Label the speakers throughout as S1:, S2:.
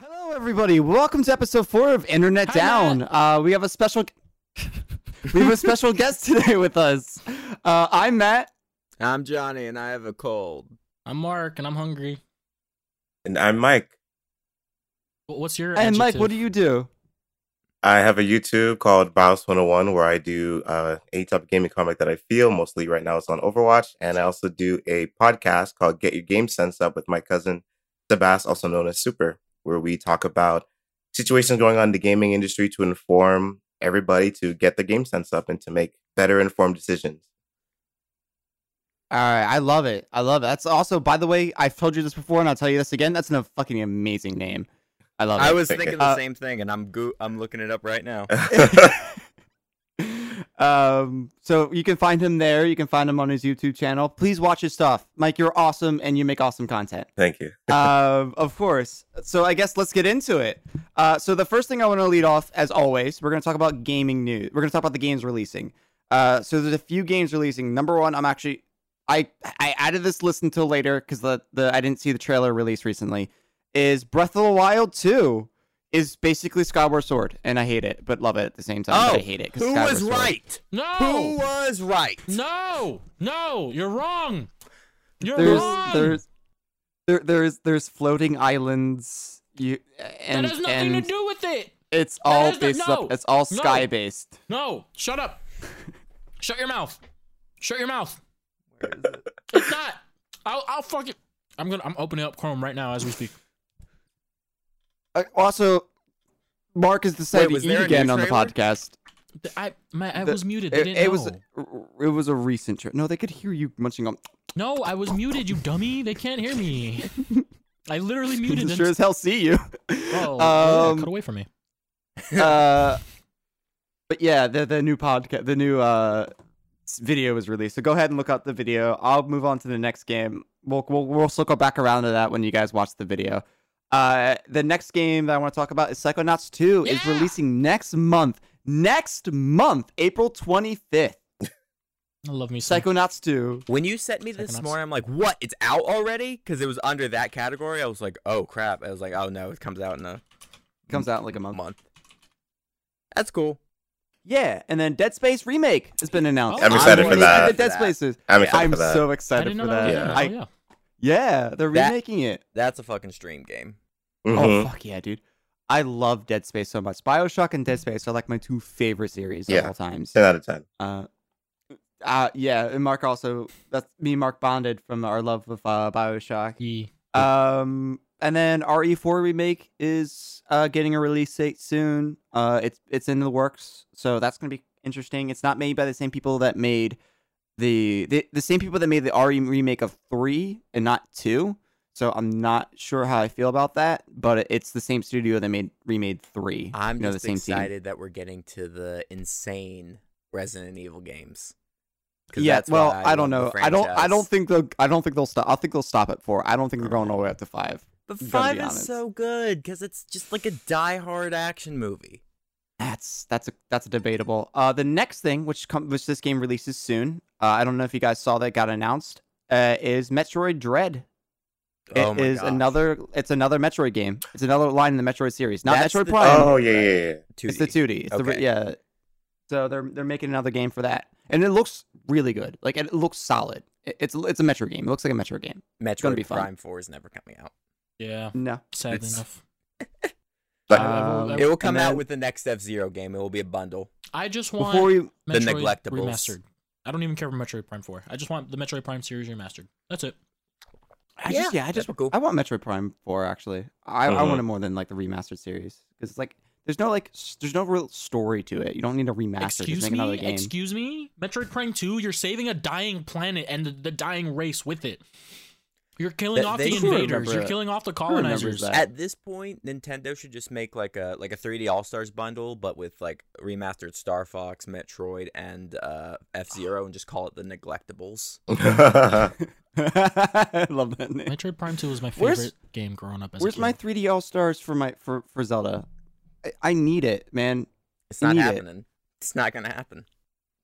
S1: Hello, everybody. Welcome to episode four of Internet
S2: Hi,
S1: Down. Uh, we have a special, we have a special guest today with us. Uh, I'm Matt.
S3: I'm Johnny and I have a cold.
S2: I'm Mark, and I'm hungry.
S4: And I'm Mike.
S2: Wh- What's your
S1: And Mike, what do
S2: adjective?
S1: you do?
S4: I have a YouTube called Bios 101 where I do uh, any type of gaming comic that I feel. Mostly right now it's on Overwatch. And I also do a podcast called Get Your Game Sense Up with my cousin Sebas, also known as Super, where we talk about situations going on in the gaming industry to inform everybody to get their game sense up and to make better informed decisions.
S1: All right, I love it. I love it. That's also, by the way, I've told you this before, and I'll tell you this again. That's a fucking amazing name. I love it.
S3: I was thinking the
S1: Uh,
S3: same thing and I'm go- I'm looking it up right now.
S1: um, so you can find him there. You can find him on his YouTube channel. Please watch his stuff. Mike, you're awesome and you make awesome content.
S4: Thank you.
S1: um, of course. So I guess let's get into it. Uh, so the first thing I want to lead off, as always, we're going to talk about gaming news. We're going to talk about the games releasing. Uh, so there's a few games releasing. Number one, I'm actually I I added this list until later because the the I didn't see the trailer release recently. Is Breath of the Wild two is basically Skyward Sword, and I hate it, but love it at the same time. but I hate it. 'cause
S3: Oh, who
S1: Skyward
S3: was
S1: Sword-
S3: right? Who
S2: No,
S3: was right?
S2: no, no! You're wrong. You're
S1: There's
S2: wrong.
S1: there's there there's there's floating islands. You and
S2: that has nothing
S1: and
S2: to do with it.
S1: It's all
S2: is the-
S1: based
S2: no,
S1: up. It's all
S2: no.
S1: sky based.
S2: No, shut up. Shut your mouth. Shut your mouth. It's not. I'll, I'll fucking. I'm gonna. I'm opening up Chrome right now as we speak.
S1: Uh, also, Mark has decided
S3: was
S1: to
S3: there
S1: eat
S3: a new
S1: again on the
S3: trailer?
S1: podcast.
S2: Th- I, my, I
S1: The-
S2: was muted. They
S1: It,
S2: didn't
S1: it was
S2: know.
S1: it was a recent trip. No, they could hear you munching on.
S2: No, I was muted. You dummy. They can't hear me. I literally muted them.
S1: sure as hell see you.
S2: Oh, yeah, cut
S1: um,
S2: away from me.
S1: uh, but yeah, the the new podcast, the new uh s- video was released. So go ahead and look up the video. I'll move on to the next game. We'll we'll we'll circle back around to that when you guys watch the video. Uh, the next game that I want to talk about is Psychonauts 2 is
S2: Yeah!
S1: releasing next month. Next month, April 25th.
S2: I love me. Psycho.
S1: Psychonauts 2.
S3: When you sent me this
S2: Psychonauts.
S3: morning, I'm like, what? It's out already? Because it was under that category. I was like, oh crap. I was like, oh no, it comes out in a
S1: Comes out in like a month.
S3: month. That's cool.
S1: Yeah, and then Dead Space remake has been announced.
S2: I'm
S4: excited for
S1: really
S4: that.
S1: excited Dead Space is.
S4: I'm excited
S1: I'm
S4: for that.
S1: so
S2: I
S1: excited
S2: didn't
S1: for
S2: know
S1: that.
S2: that. was
S4: Yeah.
S2: out.
S1: I-
S2: Oh, yeah.
S1: yeah, they're
S3: That-
S1: remaking it.
S3: That's a fucking stream game.
S4: Mhm.
S1: Oh fuck yeah, dude! I love Dead Space so much. Bioshock and Dead Space are like my two favorite series of
S4: Yeah.
S1: all times.
S4: 10 out of 10.
S1: Uh, uh, yeah, and Mark also. That's me, and Mark bonded from our love of uh, Bioshock.
S2: Yeah.
S1: Um, and then RE4 remake is uh getting a release date soon. Uh, it's it's in the works, so that's gonna be interesting. It's not made by the same people that made the the, the same people that made the RE remake of three and not two. So I'm not sure how I feel about that, but it- it's the same studio that made remade three.
S3: I'm
S1: you know,
S3: just
S1: the same
S3: excited that we're getting to the insane Resident Evil games. 'Cause
S1: Team. Yeah,
S3: that's why
S1: well, I, don't know.
S3: love the
S1: I don't. I
S3: franchise.
S1: don't think they'll. I don't think they'll stop. I think they'll stop at four. I don't think they're going all the way up to five.
S3: But
S1: I'm gonna
S3: five
S1: be honest.
S3: is so good because it's just like a die-hard action movie.
S1: That's that's a that's a debatable. Uh, the next thing, which com- which this game releases soon, uh, I don't know if you guys saw that got announced, uh, is Metroid Dread. It is
S3: oh my gosh.
S1: another. It's another Metroid game. It's another line in the Metroid series, not
S3: That's
S1: Metroid
S3: the-
S1: Prime.
S4: Oh, yeah, yeah, yeah.
S3: 2D.
S1: It's the 2D. It's the re-
S3: Okay.
S1: yeah. So they're they're making another game for that, and it looks really good. Like it looks solid. It- It's it's a Metroid game. It looks like a Metroid game.
S3: Metroid
S1: gonna be fun.
S3: Prime Four is never coming out.
S2: Yeah.
S1: No.
S2: Sadly
S3: It's-
S2: enough.
S4: But-
S1: Um,
S2: It
S3: It will
S1: and
S3: come
S1: then-
S3: out with the next F Zero game. It will be a bundle.
S2: I just want
S1: Before we
S3: The
S2: Metroid
S3: Neglectables.
S2: remastered. I don't even care for Metroid Prime 4. I just want the Metroid Prime series remastered. That's it.
S1: I just yeah, I just
S3: that'd be cool.
S1: I want Metroid Prime Four actually. I, I
S2: Uh-huh.
S4: Mhm.
S1: want it more than like the remastered series because it's like there's no like s- there's no real story to it. You don't need a remaster. Just
S2: excuse
S1: make another
S2: me.
S1: game.
S2: Excuse me. Metroid Prime 2, you're saving a dying planet and the, the dying race with it. You're killing
S3: They-
S2: off
S3: they-
S2: the
S3: Who
S2: invaders.
S1: remembers
S2: You're
S1: that?
S2: killing off the
S1: remembers
S2: colonizers.
S1: that?
S3: At this point, Nintendo should just make like a like a 3D All Stars bundle, but with like remastered Star Fox, Metroid, and uh, F Zero, and just call it the Neglectables.
S1: Uh,
S4: Uh-huh.
S1: I love that name.
S2: Metroid Prime 2 was my favorite
S1: Where's-
S2: game growing up as
S1: Where's
S2: a kid.
S1: my 3D All Stars for my for for Zelda? I, I need it, man.
S3: It's
S1: You
S3: not
S1: need it.
S3: happening. It's not gonna happen.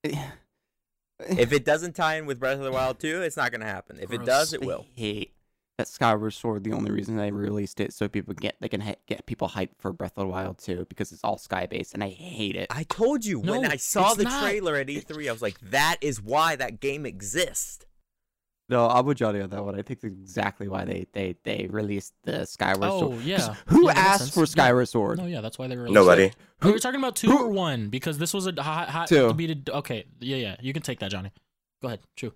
S3: If it doesn't tie in with Breath of the Wild 2, it's not gonna happen. If it does, it will.
S1: I hate that Skyward Sword the only reason they released it so people get they can ha- get people hyped for Breath of the Wild too because it's all sky based and I hate it.
S3: I told you when
S2: No,
S3: I saw
S2: it's
S3: the
S2: not.
S3: trailer at E3, I was like, that is why that game exists.
S1: No, I'm with Johnny on that one. I think that's exactly why they they they released the Skyward Sword.
S2: Oh
S1: 'Cause
S2: yeah.
S1: Who
S2: Yeah, that makes
S1: asked
S2: sense.
S1: for
S2: Yeah.
S1: Skyward Sword?
S2: No, yeah, that's why they were.
S4: Nobody.
S2: We were talking about two
S1: who-
S2: or one because this was a hot, hot
S1: Two.
S2: debated. Okay, yeah, yeah, you can take that, Johnny. Go ahead, true.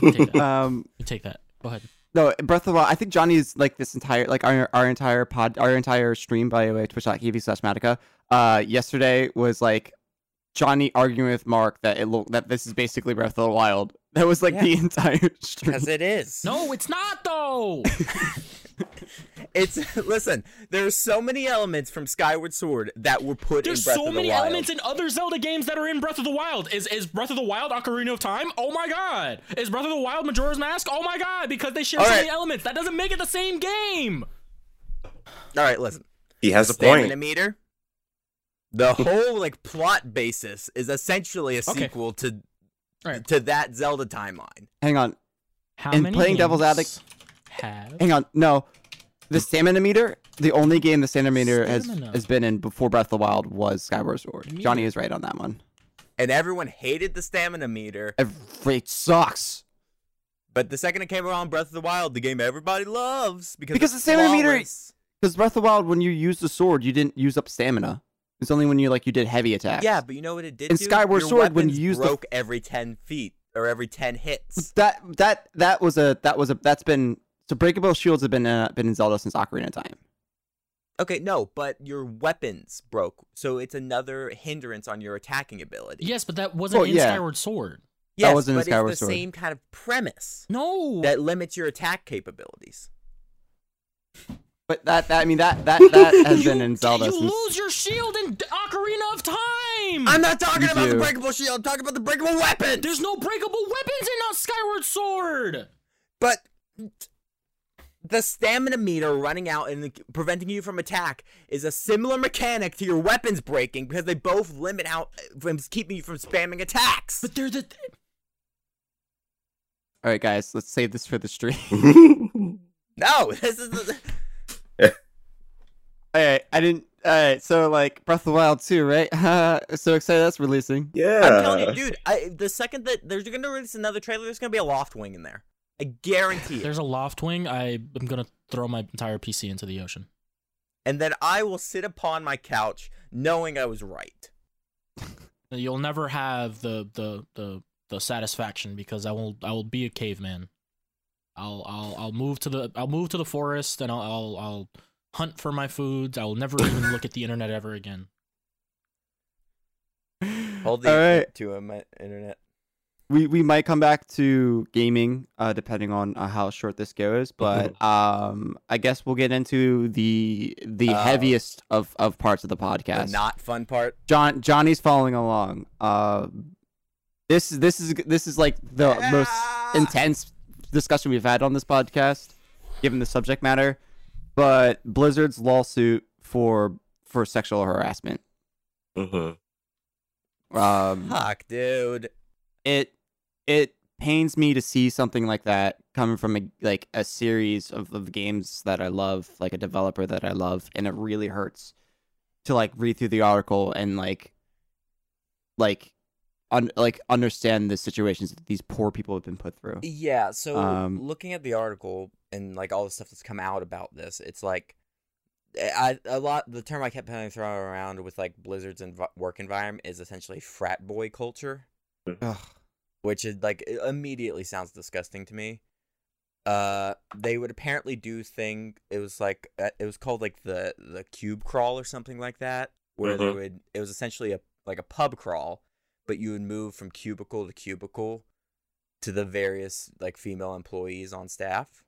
S2: Take that.
S1: Um,
S2: you take that. Go ahead.
S1: no, Breath of the Wild. I think Johnny's like this entire like our our entire pod our entire stream by the way twitch.tv slash Matica. Uh, yesterday was like Johnny arguing with Mark that it looked that this is basically Breath of the Wild. That was like
S3: Yeah.
S1: the entire stream.
S3: Because it is.
S2: No, it's not though.
S3: It's listen, there's so many elements from Skyward Sword that were put
S2: There's
S3: in Breath
S2: so
S3: of the
S2: many
S3: Wild.
S2: elements in other Zelda games that are in Breath of the Wild. Is is Breath of the Wild Ocarina of Time? Oh my god. Is Breath of the Wild Majora's Mask? Oh my god, because they share
S3: All
S2: so
S3: right.
S2: many elements. That doesn't make it the same game.
S3: All right, listen.
S4: he has a
S3: Stamina
S4: point.
S3: meter. The whole like plot basis is essentially a
S2: Okay.
S3: sequel to
S2: All right.
S3: to that Zelda timeline.
S1: Hang on,
S2: How
S1: And
S2: many
S1: playing devil's
S2: games
S1: addict-
S2: have
S1: Hang on, no. The stamina meter, the only game the stamina meter has,
S2: Stamina.
S1: has been in before Breath of the Wild was Skyward Sword. Johnny is right on that one.
S3: And everyone hated the stamina meter,
S1: Every, it sucks
S3: but the second it came around Breath of the Wild, the game everybody loves because
S1: Because
S3: it's
S1: the stamina meter-
S3: flawless.
S1: because Breath of the Wild, when you used the sword, you didn't use up stamina. It's only when you like you did heavy attacks.
S3: Yeah, but you know what it did
S1: In
S3: do?
S1: Skyward
S3: Your
S1: Sword, when
S3: weapons
S1: you use the-
S3: broke every 10 feet or every 10 hits.
S1: that that that was a that was a that's been so breakable shields have been uh, been in Zelda since Ocarina of Time.
S3: Okay, no, but your weapons broke, so it's another hindrance on your attacking ability.
S2: Yes, but that wasn't
S1: Oh,
S2: in
S1: yeah.
S2: Skyward Sword.
S1: That
S3: yes,
S1: wasn't in
S3: but
S1: Skyward
S3: it's the
S1: Sword.
S3: same kind of premise
S2: No.
S3: that limits your attack capabilities.
S1: But that, that I mean that that that has been in
S2: You-
S1: Zelda
S2: You
S1: since
S2: lose your shield in D- Ocarina of
S1: Hmm.
S2: Time.
S3: I'm not talking
S1: You
S3: about the
S1: do.
S3: breakable shield. I'm talking about the breakable weapon.
S2: There's no breakable weapons in a Skyward Sword.
S3: but the stamina meter running out and preventing you from attack is a similar mechanic to your weapons breaking because they both limit out uh, from keeping you from spamming attacks.
S2: But they're the
S1: All right, guys, let's save this for the stream.
S3: no, this is the,
S1: all right, I didn't. All right, so like Breath of the Wild 2, right? so excited that's releasing.
S4: yeah.
S3: I'm telling you, dude. I, the second that there's going to release another trailer, there's going to be a loft wing in there. I guarantee it.
S2: There's a loft wing. I am gonna throw my entire PC into the ocean.
S3: And then I will sit upon my couch knowing I was right.
S2: You'll never have the the the, the satisfaction because I will I will be a caveman. I'll I'll I'll move to the I'll move to the forest and I'll I'll, I'll hunt for my foods. I will never even look at the internet ever again.
S3: Hold
S1: All right.
S3: to him, my internet.
S1: we we might come back to gaming uh depending on uh, how short this goes but um i guess we'll get into the the
S3: Uh,
S1: heaviest of of parts of the
S3: The
S1: podcast
S3: not fun part.
S1: john johnny's following along uh this this is this is like the most
S3: Ah!
S1: intense discussion we've had on this podcast given the subject matter but blizzard's lawsuit for for sexual harassment
S4: Mhm.
S1: um
S3: Fuck, dude.
S1: it it pains me to see something like that coming from a like a series of, of games that I love, like a developer that I love, and it really hurts to like read through the article and like like un- like understand the situations that these poor people have been put through.
S3: Yeah, so
S1: Um,
S3: looking at the article and like all the stuff that's come out about this, it's like eh, I a lot the term I kept having thrown around with like Blizzard's env- work environment is essentially frat boy culture,
S1: Ugh.
S3: which is like i- immediately sounds disgusting to me. Uh, they would apparently do thing. It was like uh, it was called like the the cube crawl or something like that, where they
S4: Mhm.
S3: would it was essentially a like a pub crawl, but you would move from cubicle to cubicle to the various like female employees on staff.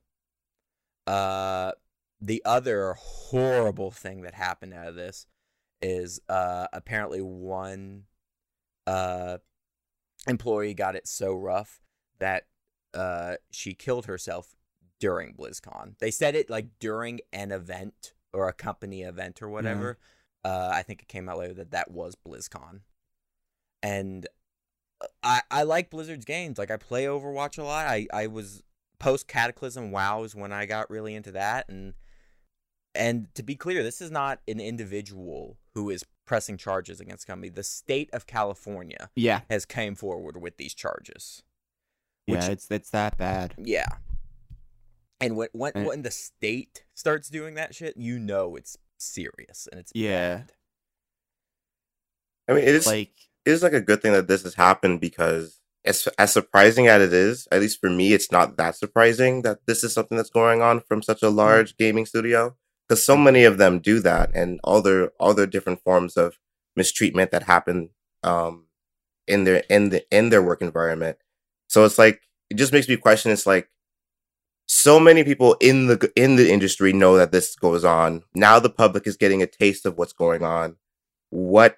S3: Uh, the other horrible thing that happened out of this is uh apparently one uh employee got it so rough that uh she killed herself during BlizzCon. They said it like during an event or a company event or whatever. Uh I think it came out later that that was BlizzCon. uh, And I I like Blizzard's games. Like I play Overwatch a lot. I I was post Cataclysm WoW is when I got really into that, and and to be clear, this is not an individual who is pressing charges against company. The state of California
S1: Yeah,
S3: has came forward with these charges. Which-
S1: yeah, it's it's that bad.
S3: Yeah. And when when,
S1: And-
S3: when the state starts doing that shit, you know it's serious and it's
S1: Yeah.
S3: bad.
S4: I mean, it is
S1: Like,
S4: it is like a good thing that this has happened because as as surprising as it is, at least for me, it's not that surprising that this is something that's going on from such
S3: Mm-hmm.
S4: a large gaming studio because so many of them do that and all their all their different forms of mistreatment that happen um in their in the in their work environment. So it's like it just makes me question. It's like so many people in the in the industry know that this goes on. Now the public is getting a taste of what's going on. What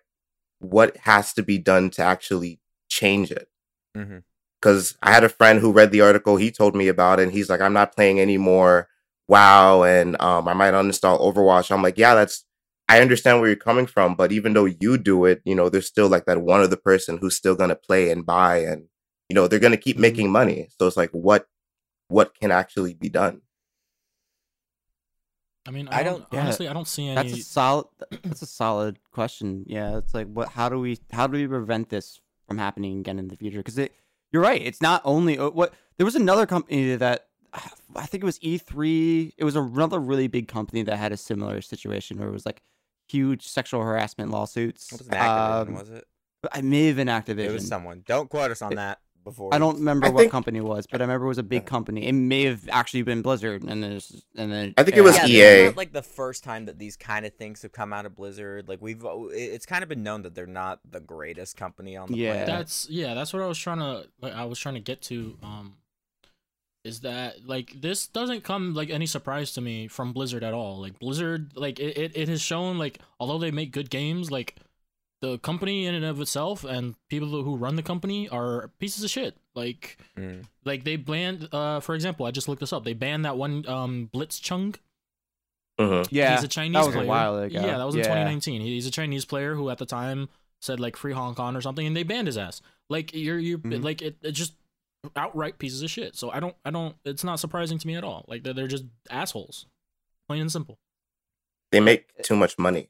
S4: what has to be done to actually change it?
S3: Mhm.
S4: Because I had a friend who read the article. He told me about it. And he's like, I'm not playing any more WoW, and um, I might uninstall Overwatch. I'm like, yeah, that's. I understand where you're coming from, but even though you do it, you know, there's still like that one other person who's still gonna play and buy, and you know, they're gonna keep
S2: Mhm.
S4: making money. So it's like, what what can actually be done.
S2: I mean,
S3: I
S2: I don't,
S3: don't-
S1: yeah.
S2: honestly. I don't see any.
S1: that's a solid. That's a solid question. Yeah, it's like, what? How do we? How do we prevent this from happening again in the future? Because it, you're right. It's not only uh, what there was another company that I think it was E3. It was another really big company that had a similar situation where it was like huge sexual harassment lawsuits.
S3: What was that? Activision,
S1: Um,
S3: was it?
S1: but I may have been Activision.
S3: It was someone. Don't quote us on
S1: It-
S3: that before.
S1: I
S3: we-
S1: don't remember
S4: I
S1: what
S4: think-
S1: company it was, but I remember it was a big company. It may have actually been Blizzard, and then it's- and then E
S4: I think it was E
S1: yeah,
S3: yeah,
S4: EA.
S3: this is not like the first time that these kind of things have come out of Blizzard. Like we've, it- it's kind of been known that they're not the greatest company on the
S1: Yeah.
S3: planet.
S2: that's yeah. That's what I was trying to. Like, I was trying to get to. Um, is that like this doesn't come like any surprise to me from Blizzard at all? Like Blizzard, like it, it, it has shown like although they make good games, like the company in and of itself and people who run the company are pieces of shit. Like
S3: Mm.
S2: like they banned uh for example i just looked this up they banned that one um blitzchung
S4: Mhm.
S1: yeah,
S2: he's a chinese
S1: that was a
S2: player
S1: while ago.
S2: yeah that was in
S1: Yeah.
S2: 2019 He- he's a chinese player who at the time said like free hong kong or something and they banned his ass like you're you
S1: Mhm.
S2: like it, it just outright pieces of shit so i don't i don't it's not surprising to me at all like they're, they're just assholes plain and simple
S4: They make too much money.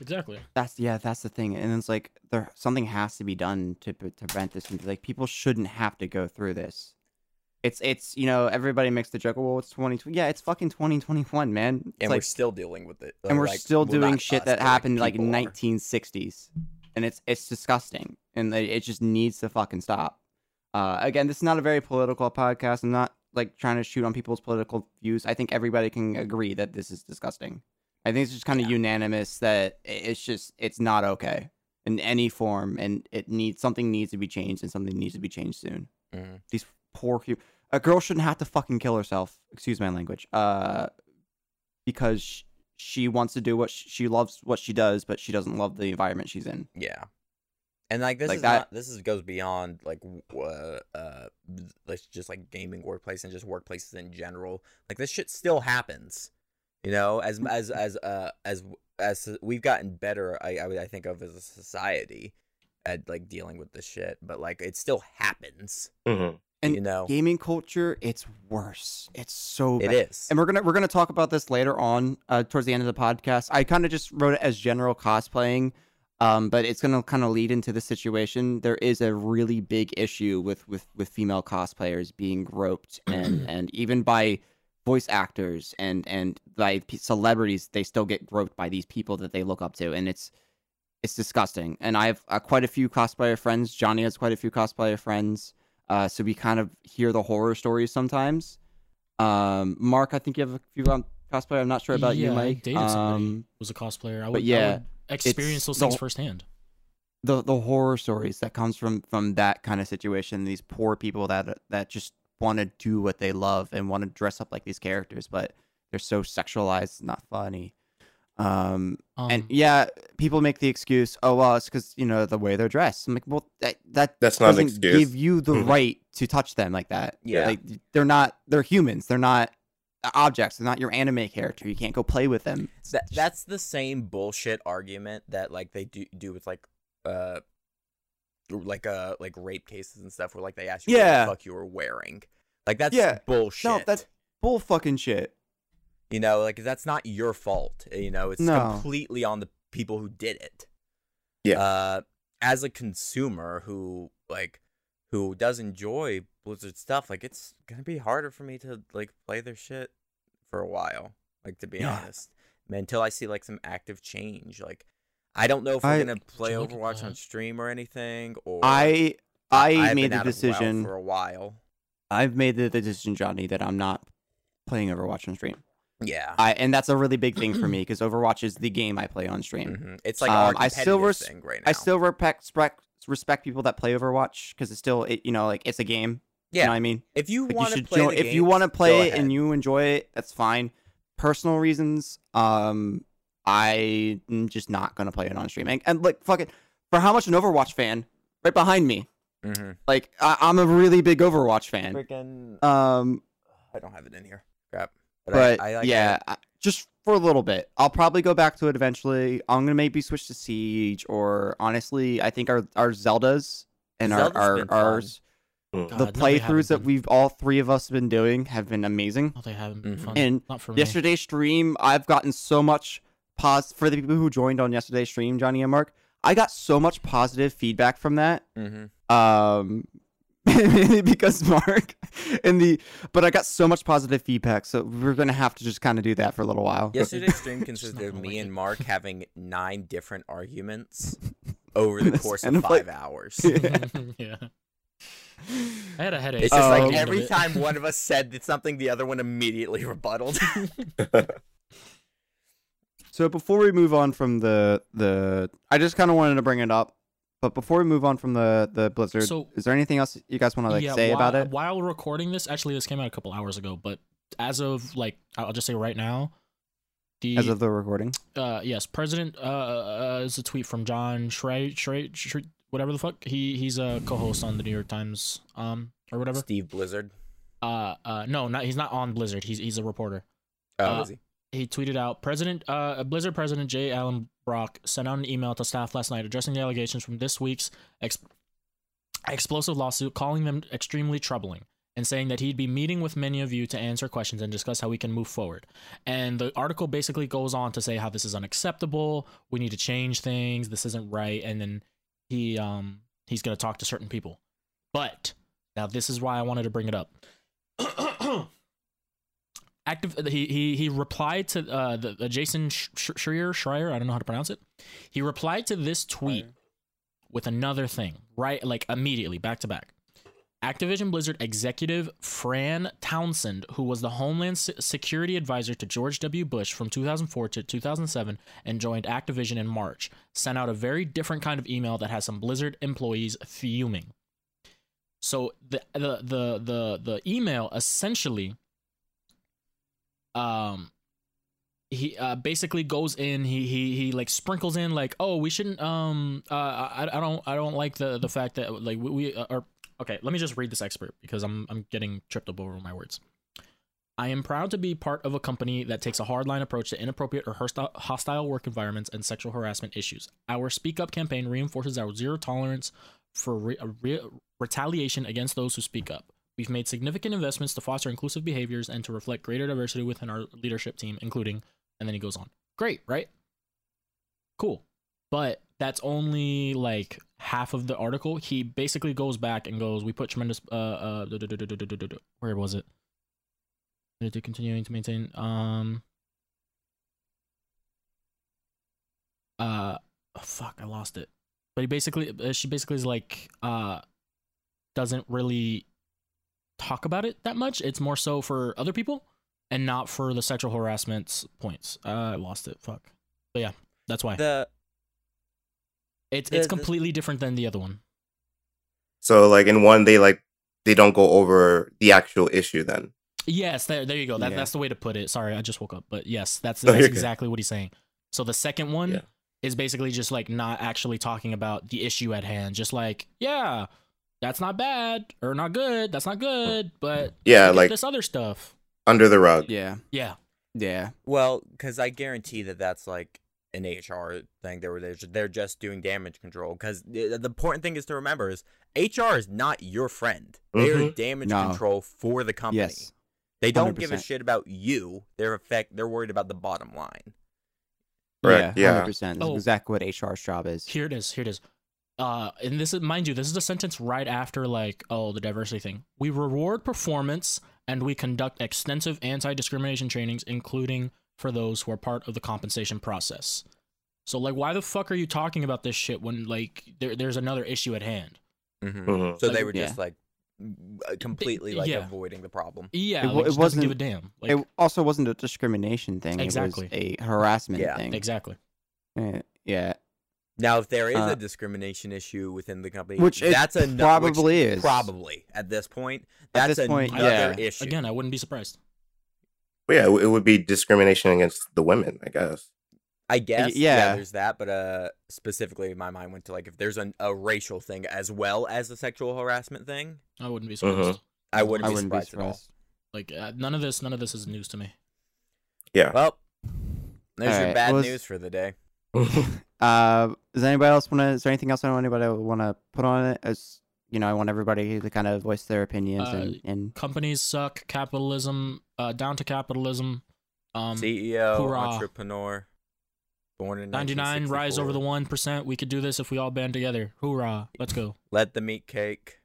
S2: exactly
S1: that's yeah, that's the thing. And it's like there something has to be done to pre- to prevent this. Like people shouldn't have to go through this. It's it's you know everybody makes the joke. Well, it's 2020. Yeah, it's fucking 2021, man. It's
S3: And we're
S1: like,
S3: still dealing with it.
S1: and
S3: Or,
S1: we're
S3: uh, like,
S1: still
S3: well,
S1: doing
S3: not
S1: shit
S3: us,
S1: that
S3: but,
S1: happened like
S3: people
S1: in
S3: are.
S1: 1960s and it's it's disgusting and like, it just needs to fucking stop uh, again this is not a very political podcast i'm not like trying to shoot on people's political views i think everybody can agree that this is disgusting i think it's just kind of unanimous that i- it's just it's not okay in any form and it needs something needs to be changed and something needs to be changed soon
S3: Mhm.
S1: these poor hu- a girl shouldn't have to fucking kill herself excuse my language uh because sh- she wants to do what sh- she loves what she does but she doesn't love the environment she's in
S3: Yeah. And like this
S1: Like
S3: is
S1: that-
S3: not this is goes beyond like w- uh, uh let's just like gaming workplace and just workplaces in general. Like this shit still happens. You know, as as as uh as as we've gotten better, I I, would- I think of as a society at like dealing with this shit, but like it still happens.
S4: Mhm.
S1: and
S3: you know,
S1: gaming culture it's worse it's so
S3: it
S1: bad
S3: is.
S1: and we're gonna we're gonna talk about this later on uh, towards the end of the podcast i kind of just wrote it as general cosplaying um, but it's gonna kind of lead into the situation there is a really big issue with with with female cosplayers being groped and and even by voice actors and and by p- celebrities they still get groped by these people that they look up to and it's it's disgusting and i have uh, quite a few cosplayer friends johnny has quite a few cosplayer friends uh, so we kind of hear the horror stories sometimes um, mark i think you have a few um, cosplayer i'm not sure about
S2: yeah,
S1: you
S2: I
S1: mike
S2: dated somebody who
S1: Um,
S2: was a cosplayer i would,
S1: but
S2: I
S1: yeah
S2: would experience those
S1: the
S2: things
S1: wh-
S2: firsthand
S1: the the horror stories that comes from from that kind of situation these poor people that that just want to do what they love and want to dress up like these characters but they're so sexualized it's not funny um
S2: um,
S1: and yeah people make the excuse oh well it's because you know the way they're dressed i'm like well that, that
S4: That's not an
S1: doesn't
S4: excuse.
S1: give you the
S4: Mhm.
S1: right to touch them like that
S3: Mm-hmm. Yeah.
S1: like they're not they're humans they're not uh, objects they're not your anime character you can't go play with them
S3: that that's the same bullshit argument that like they do do with like uh like uh like rape cases and stuff where like they ask you what
S1: Yeah.
S3: the fuck you were wearing. Like that's
S1: Yeah.
S3: bullshit.
S1: No, that's bull fucking shit.
S3: you know, like that's not your fault. eh, You know, it's
S1: No.
S3: completely on the people who did it.
S4: Yeah.
S3: Uh, as a consumer who like who does enjoy Blizzard stuff, like it's gonna be harder for me to like play their shit for a while. Like to be
S1: Yeah.
S3: honest, Man, until I see like some active change. Like I don't know if we're
S1: I-
S3: gonna play
S2: Look at
S3: Overwatch on
S2: that.
S3: stream or anything. Or
S1: I I,
S3: I've
S1: made
S3: been
S1: the
S3: out of WoW
S1: decision.
S3: for a while.
S1: I've made the, the decision, Johnny, that I'm not playing Overwatch on stream.
S3: Yeah.
S1: I and that's a really big thing for me because Overwatch is the game I play on stream.
S3: Mhm. It's like our
S1: Um, I still
S3: competitive
S1: res-
S3: thing right now.
S1: I still respect respect respect people that play Overwatch because it's still it, you know like it's a game. You
S3: yeah.
S1: know what I mean?
S3: if you
S1: Like, you
S3: want to
S1: should
S3: play,
S1: jo-
S3: the
S1: if you
S3: games,
S1: want to
S3: go
S1: play it
S3: ahead.
S1: and you enjoy it, that's fine. Personal reasons, um, I'm just not gonna play it on stream. And, and like fucking for how much an Overwatch fan right behind me.
S3: Mhm.
S1: Like I, I'm a really big Overwatch fan.
S3: freaking
S1: Um,
S3: I don't have it in here. Uh, Crap.
S1: but
S3: I, I like
S1: yeah,
S3: it.
S1: I- just for a little bit. I'll probably go back to it eventually. I'm gonna maybe switch to Siege, or honestly, I think our our Zeldas and
S3: Zelda's
S1: our
S3: been
S1: our ours
S4: Mm.
S1: the
S2: God, no, they
S1: playthroughs that
S2: haven't been.
S1: we've all three of us been doing have been amazing.
S2: No, they haven't been
S3: Mhm.
S2: fun.
S1: Mm-hmm. And
S2: not for me.
S1: Yesterday's stream, I've gotten so much pos for the people who joined on yesterday's stream, Johnny and Mark. I got so much positive feedback from that
S3: Mhm.
S1: um mainly because mark and the but i got so much positive feedback so we're gonna have to just kind of do that for a little while
S3: Yesterday's stream consisted
S2: not
S3: of
S2: gonna
S3: me
S2: like
S3: and
S2: it.
S3: Mark having nine different arguments over the
S1: That's
S3: course
S1: kind
S3: of
S1: of like-
S3: five hours.
S1: Yeah.
S2: yeah. I had a headache.
S3: It's just
S1: Um,
S3: like every time one of us said something, the other one immediately rebutted.
S1: so before we move on from the the i just kind of wanted to bring it up but before we move on from the the blizzard
S2: So-
S1: is there anything else you guys want to like
S2: yeah,
S1: say
S2: while,
S1: about it
S2: While recording this, actually, this came out a couple hours ago, but as of like, I'll just say right now, the
S1: as of the recording
S2: uh, yes, President uh, uh, is a tweet from John Schrei, Schrei, Schrei whatever the fuck. He he's a co-host on the New York Times, um, or whatever.
S3: Steve Blizzard.
S2: Uh, uh, no, not he's not on Blizzard. He's he's a reporter.
S3: Oh,
S2: Uh,
S3: is he?
S2: he tweeted out President uh, Blizzard President Jay Allen Brock sent out an email to staff last night addressing the allegations from this week's ex- explosive lawsuit, calling them extremely troubling and saying that he'd be meeting with many of you to answer questions and discuss how we can move forward. And the article basically goes on to say how this is unacceptable, we need to change things, this isn't right, and then he um he's going to talk to certain people. But now this is why I wanted to bring it up. active uh, he he he replied to uh the, the Jason Sh- Sh- Schreier Schreier I don't know how to pronounce it. He replied to this tweet with another thing right like immediately back to back. Activision Blizzard executive Fran Townsend, who was the Homeland Se- Security Advisor to George W. Bush from 2004 to 2007 and joined Activision in March, sent out a very different kind of email that has some Blizzard employees fuming. So the the the the, the email essentially um he uh, basically goes in he he he like sprinkles in like oh we shouldn't um uh I, I don't I don't like the the fact that like we, we are okay let me just read this expert because I'm I'm getting tripped up over my words I am proud to be part of a company that takes a hardline approach to inappropriate or hosti- hostile work environments and sexual harassment issues. Our Speak Up campaign reinforces our zero tolerance for re- re- retaliation against those who speak up. We've made significant investments to foster inclusive behaviors and to reflect greater diversity within our leadership team, including, and then he goes on. Great, right? Cool. But that's only like half of the article. He basically goes back and goes, We put tremendous, uh, uh, duh, duh, duh, duh, duh, duh, duh, duh, duh." where was it? Duh, duh, Continuing to maintain, um, uh, oh, fuck, I lost it. But he basically, uh, she basically is like, uh, doesn't really talk about it that much. It's more so for other people and not for the sexual harassment points. Uh, I lost it. Fuck. But yeah, that's why.
S3: The
S2: it's
S3: the-
S2: it's
S3: the-
S2: completely different than the other one.
S4: so like in one they like they don't go over the actual issue then.
S2: Yes, there, there you go. That,
S1: Yeah.
S2: That's the way to put it. Sorry, I just woke up. But yes, that's,
S4: No,
S2: that's
S4: you're good.
S2: exactly what he's saying. So the second one
S4: Yeah.
S2: is basically just like not actually talking about the issue at hand. Just like, yeah, that's not bad or not good. That's not good. But
S4: Mm. Yeah,
S2: look at
S4: like
S2: this other stuff.
S4: under the rug.
S1: yeah
S2: Yeah.
S1: yeah
S3: Well, because I guarantee that that's like an HR thing. They were they're, ju- they're just doing damage control. Because the, the important thing is to remember is HR is not your friend. They are damage
S1: Mm-hmm. No.
S3: control for the company.
S1: Yes.
S3: They don't give a
S1: 100%.
S3: shit about you. They're affect. They're worried about the bottom line.
S4: Correct, yeah.
S1: 100%. That's
S2: Oh.
S1: exactly what HR's job is.
S2: Here it is. Here it is. Uh, and this is, mind you, this is the sentence right after like, oh, the diversity thing. We reward performance and we conduct extensive anti-discrimination trainings, including for those who are part of the compensation process. So like, why the fuck are you talking about this shit when like there, there's another issue at hand?
S3: Mm-hmm.
S1: Mm.
S4: Mhm.
S3: So
S2: Like,
S3: they were
S1: yeah.
S3: just like m- uh, completely like
S2: yeah.
S3: avoiding the problem.
S2: Yeah,
S1: It wa-
S2: like,
S1: it
S2: just doesn't give a
S1: wasn't-
S2: damn. Like,
S1: it also wasn't a discrimination thing.
S2: Exactly.
S1: It was a harassment
S3: Yeah.
S1: thing.
S2: exactly.
S1: Uh, Yeah.
S3: Now, if there is
S1: Uh,
S3: a discrimination issue within the company,
S1: Which it
S3: that's a
S1: probably is.
S3: probably at this point.
S1: At
S3: That's
S1: this point,
S3: another
S1: yeah.
S3: issue.
S2: Again, I wouldn't be surprised.
S4: But yeah, it w- it would be discrimination against the women, I guess.
S3: I guess yeah.
S1: yeah.
S3: there's that, but uh, specifically, my mind went to like if there's an, a racial thing as well as a sexual harassment thing,
S2: I wouldn't be surprised.
S4: Mhm.
S3: I wouldn't,
S1: Mm, I
S3: be,
S1: wouldn't be
S3: surprised
S1: surprised.
S2: Like uh, none of this, none of this is news to me.
S4: Yeah.
S3: at all. Well, there's your
S1: Alright,
S3: bad
S1: well, let's-
S3: news for the day.
S1: Uh, does anybody else want to? Is there anything else anybody want to put on it? As you know, I want everybody to kind of voice their opinions
S2: Uh,
S1: and, and
S2: Companies suck. Capitalism. Uh, down to capitalism. Um,
S3: CEO,
S2: hoorah.
S3: E entrepreneur, born in
S2: 99 rise over the
S3: 1964.
S2: 1% we could do this if we all band together hoorah let's go
S3: Let the meat cake.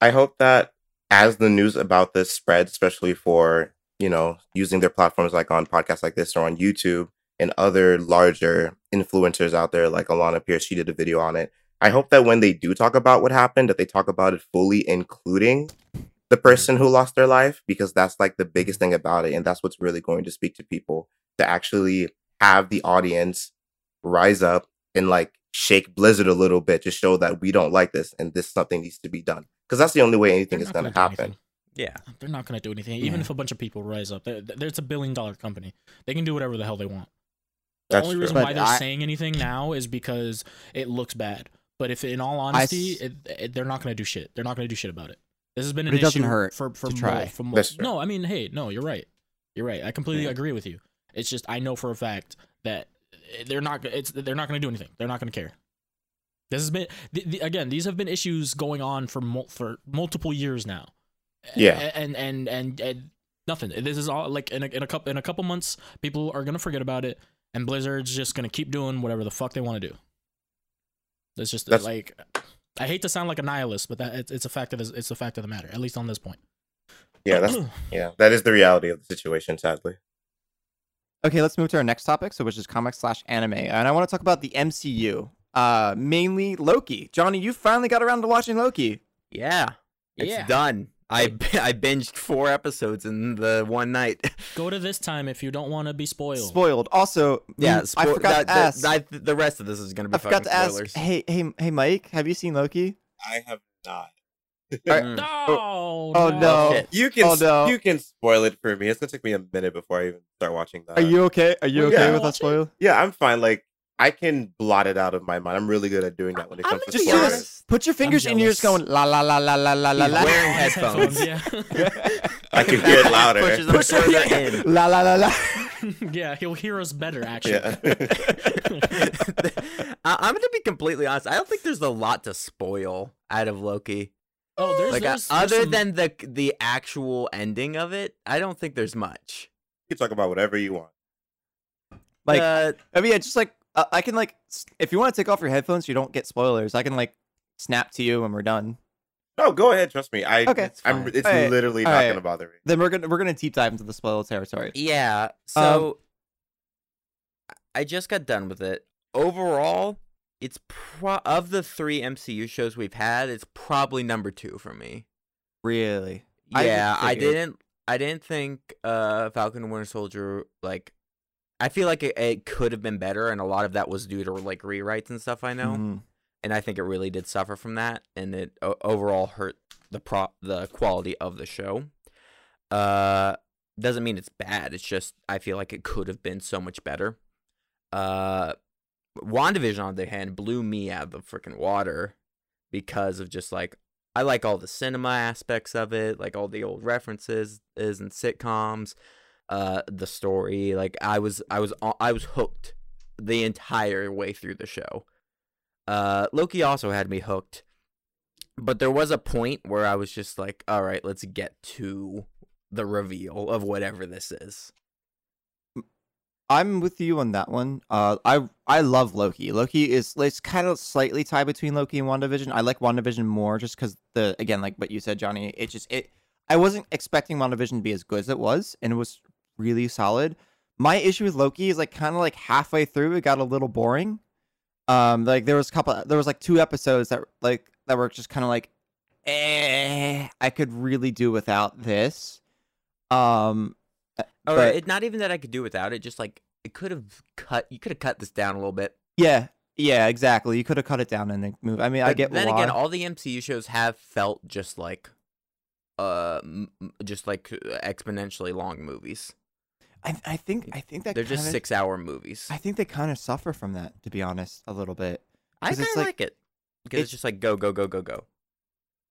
S4: I hope that as the news about this spreads, especially for you know using their platforms like on podcasts like this or on YouTube and other larger influencers out there, like Alana Pierce, she did a video on it. I hope that when they do talk about what happened, that they talk about it fully, including the person who lost their life, because that's like the biggest thing about it, and that's what's really going to speak to people to actually have the audience rise up and like shake Blizzard a little bit to show that we don't like this and this something needs to be done. Because that's the only way anything
S2: They're
S4: is
S2: not
S4: going to
S2: gonna do
S4: happen.
S3: Yeah.
S2: anything. they're not going to do anything even
S1: Yeah.
S2: if a bunch of people rise up they're, they're- it's a billion dollar company they can do whatever the hell they want the
S4: That's
S2: only
S4: true.
S2: reason
S1: But
S2: why they're
S1: I-
S2: saying anything now is because it looks bad but if in all honesty
S1: s-
S2: it, it, they're not going to do shit they're not going to do shit about it this has been
S1: But
S2: an
S1: it doesn't
S2: issue
S1: hurt
S2: for, for
S1: to
S2: mo-
S1: try.
S2: for mo-
S4: That's true.
S2: no i mean hey no you're right you're right i completely
S4: Yeah.
S2: agree with you it's just i know for a fact that they're not it's they're not going to do anything they're not going to care This has been the, the, again. These have been issues going on for mul- for multiple years now. A-
S4: Yeah.
S2: and and and, and nothing. This is all like in a, in a couple in a couple months, people are gonna forget about it, and Blizzard's just gonna keep doing whatever the fuck they want to do. That's just
S4: That's-
S2: like I hate to sound like a nihilist, but that it's, it's a fact of the, it's a fact of the matter. At least on this point.
S4: Yeah, that's yeah, that is the reality of the situation, sadly.
S1: Okay, let's move to our next topic, so which is comics slash anime, and I want to talk about the MCU, uh, mainly Loki. Johnny, you finally got around to watching Loki.
S3: Yeah. It's
S2: Yeah.
S3: done. I, I binged four episodes in the one
S1: Mm,
S3: night.
S2: Go to this time if you don't want to be spoiled.
S1: Spoiled. Also,
S3: Yeah,
S1: you- I
S3: spo-
S1: forgot
S3: that-
S1: to
S3: that-
S1: ask.
S3: that- the rest of this is gonna be
S1: I forgot
S3: fucking
S1: to ask.
S3: spoilers.
S1: Hey, hey, hey, Mike, have you seen Loki?
S4: I have not.
S3: Mm.
S2: no.
S1: Oh, no.
S3: shit.
S4: You can
S1: Oh, no.
S4: you can spoil it for me. It's gonna take me a minute before I even start watching that.
S1: Are you okay? Are you
S4: Well,
S1: okay
S4: yeah.
S1: with that spoil?
S4: Yeah, I'm fine. Like I can blot it out of my mind. I'm really good at doing that when it
S3: I'm
S4: comes to
S1: Just do
S3: Spoilers.
S4: spoilers.
S1: this. Put your fingers in yours,
S2: jealous.
S1: going la la la la la la la la.
S3: Wearing
S2: Oh,
S3: headphones.
S2: Yeah.
S4: I can hear it louder.
S3: Pushes them further in.
S1: La la la la.
S2: yeah, he'll hear us better actually.
S4: Yeah.
S3: I- I'm gonna be completely honest. I don't think there's a lot to spoil out of Loki.
S2: Oh, there's,
S3: Like uh,
S2: there's, there's
S3: other
S2: some-
S3: than the the actual ending of it, I don't think there's much.
S4: you can talk about whatever you want.
S1: Like,
S3: Uh,
S1: I mean, yeah, just like uh, I can like, s- if you want to take off your headphones, so you don't get spoilers. I can like snap to you when we're done.
S4: No, go ahead. Trust me. I
S1: Okay.
S3: It's
S4: I'm,
S3: fine.
S4: it's
S1: Alright,
S4: literally not
S1: alright.
S4: gonna bother me.
S1: Then we're gonna we're gonna deep dive into the spoil territory.
S3: yeah. So
S2: um,
S3: I I just got done with it. Overall, it's pro- of the three MCU shows we've had, it's probably number two for me.
S1: Really? I just
S3: Yeah, I,
S1: figured.
S3: didn't. I didn't think uh, Falcon and Winter Soldier like. I feel like it, it could have been better, and a lot of that was due to like rewrites and stuff. I know,
S1: Mhm.
S3: and I think it really did suffer from that, and it o- overall hurt the prop the quality of the show. Uh, doesn't mean it's bad. It's just I feel like it could have been so much better. Uh, WandaVision on the other hand blew me out of the freaking water because of just like I like all the cinema aspects of it, like all the old references is and sitcoms, uh, the story. Like I was, I was, I was hooked the entire way through the show. Uh, Loki also had me hooked. But there was a point where I was just like, all right, let's get to the reveal of whatever this is.
S1: I'm with you on that one. Uh, I I love Loki. Loki is it's kind of slightly tied between Loki and WandaVision. I like WandaVision more just because the again like what you said, Johnny. It just it. I wasn't expecting WandaVision to be as good as it was, and it was really solid. My issue with Loki is like kind of like halfway through, it got a little boring. Um, like there was a couple, there was like two episodes that like that were just kind of like, eh, I could really do without this. Um,
S3: Or
S1: But-
S3: it, not even that I could do without it. Just like it could have cut. You could have cut this down a little bit.
S1: Yeah, yeah, exactly. You could have cut it down and then move. I mean, I
S3: But
S1: get
S3: Then
S1: why.
S3: again, all the MCU shows have felt just like, uh, m- m- just like exponentially long movies.
S1: I, I think I think that
S3: They're just
S1: kinda-
S3: six-hour movies.
S1: I think they kind of suffer from that, to be honest, a little bit.
S3: I
S1: 'Cause
S3: kind
S1: it's
S3: of like,
S1: like-
S3: it because it's,
S1: it's-
S3: just like go go go go go.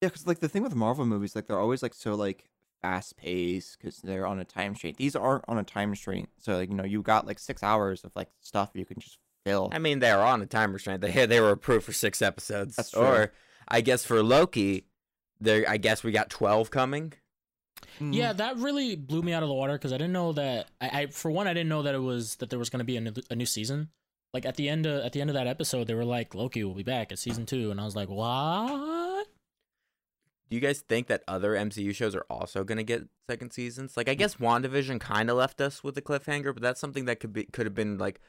S1: Yeah, because like the thing with Marvel movies, like they're always like so like fast paced because they're on a time strain. These aren't on a time strain, so like you know you got like six hours of like stuff you can just fill.
S3: I mean, they were on a time restraint. They they were approved for six episodes.
S1: That's true.
S3: Or I guess for Loki, there I guess we got twelve coming.
S1: Mm.
S2: Yeah, that really blew me out of the water because I didn't know that. I, I for one, I didn't know that it was that there was going to be a new, a new season. Like at the end of at the end of that episode, they were like, "Loki will be back at season two. and I was like, "What?"
S3: Do you guys think that other MCU shows are also gonna get second seasons? Like I guess WandaVision kind of left us with a cliffhanger, but that's something that could be could have been like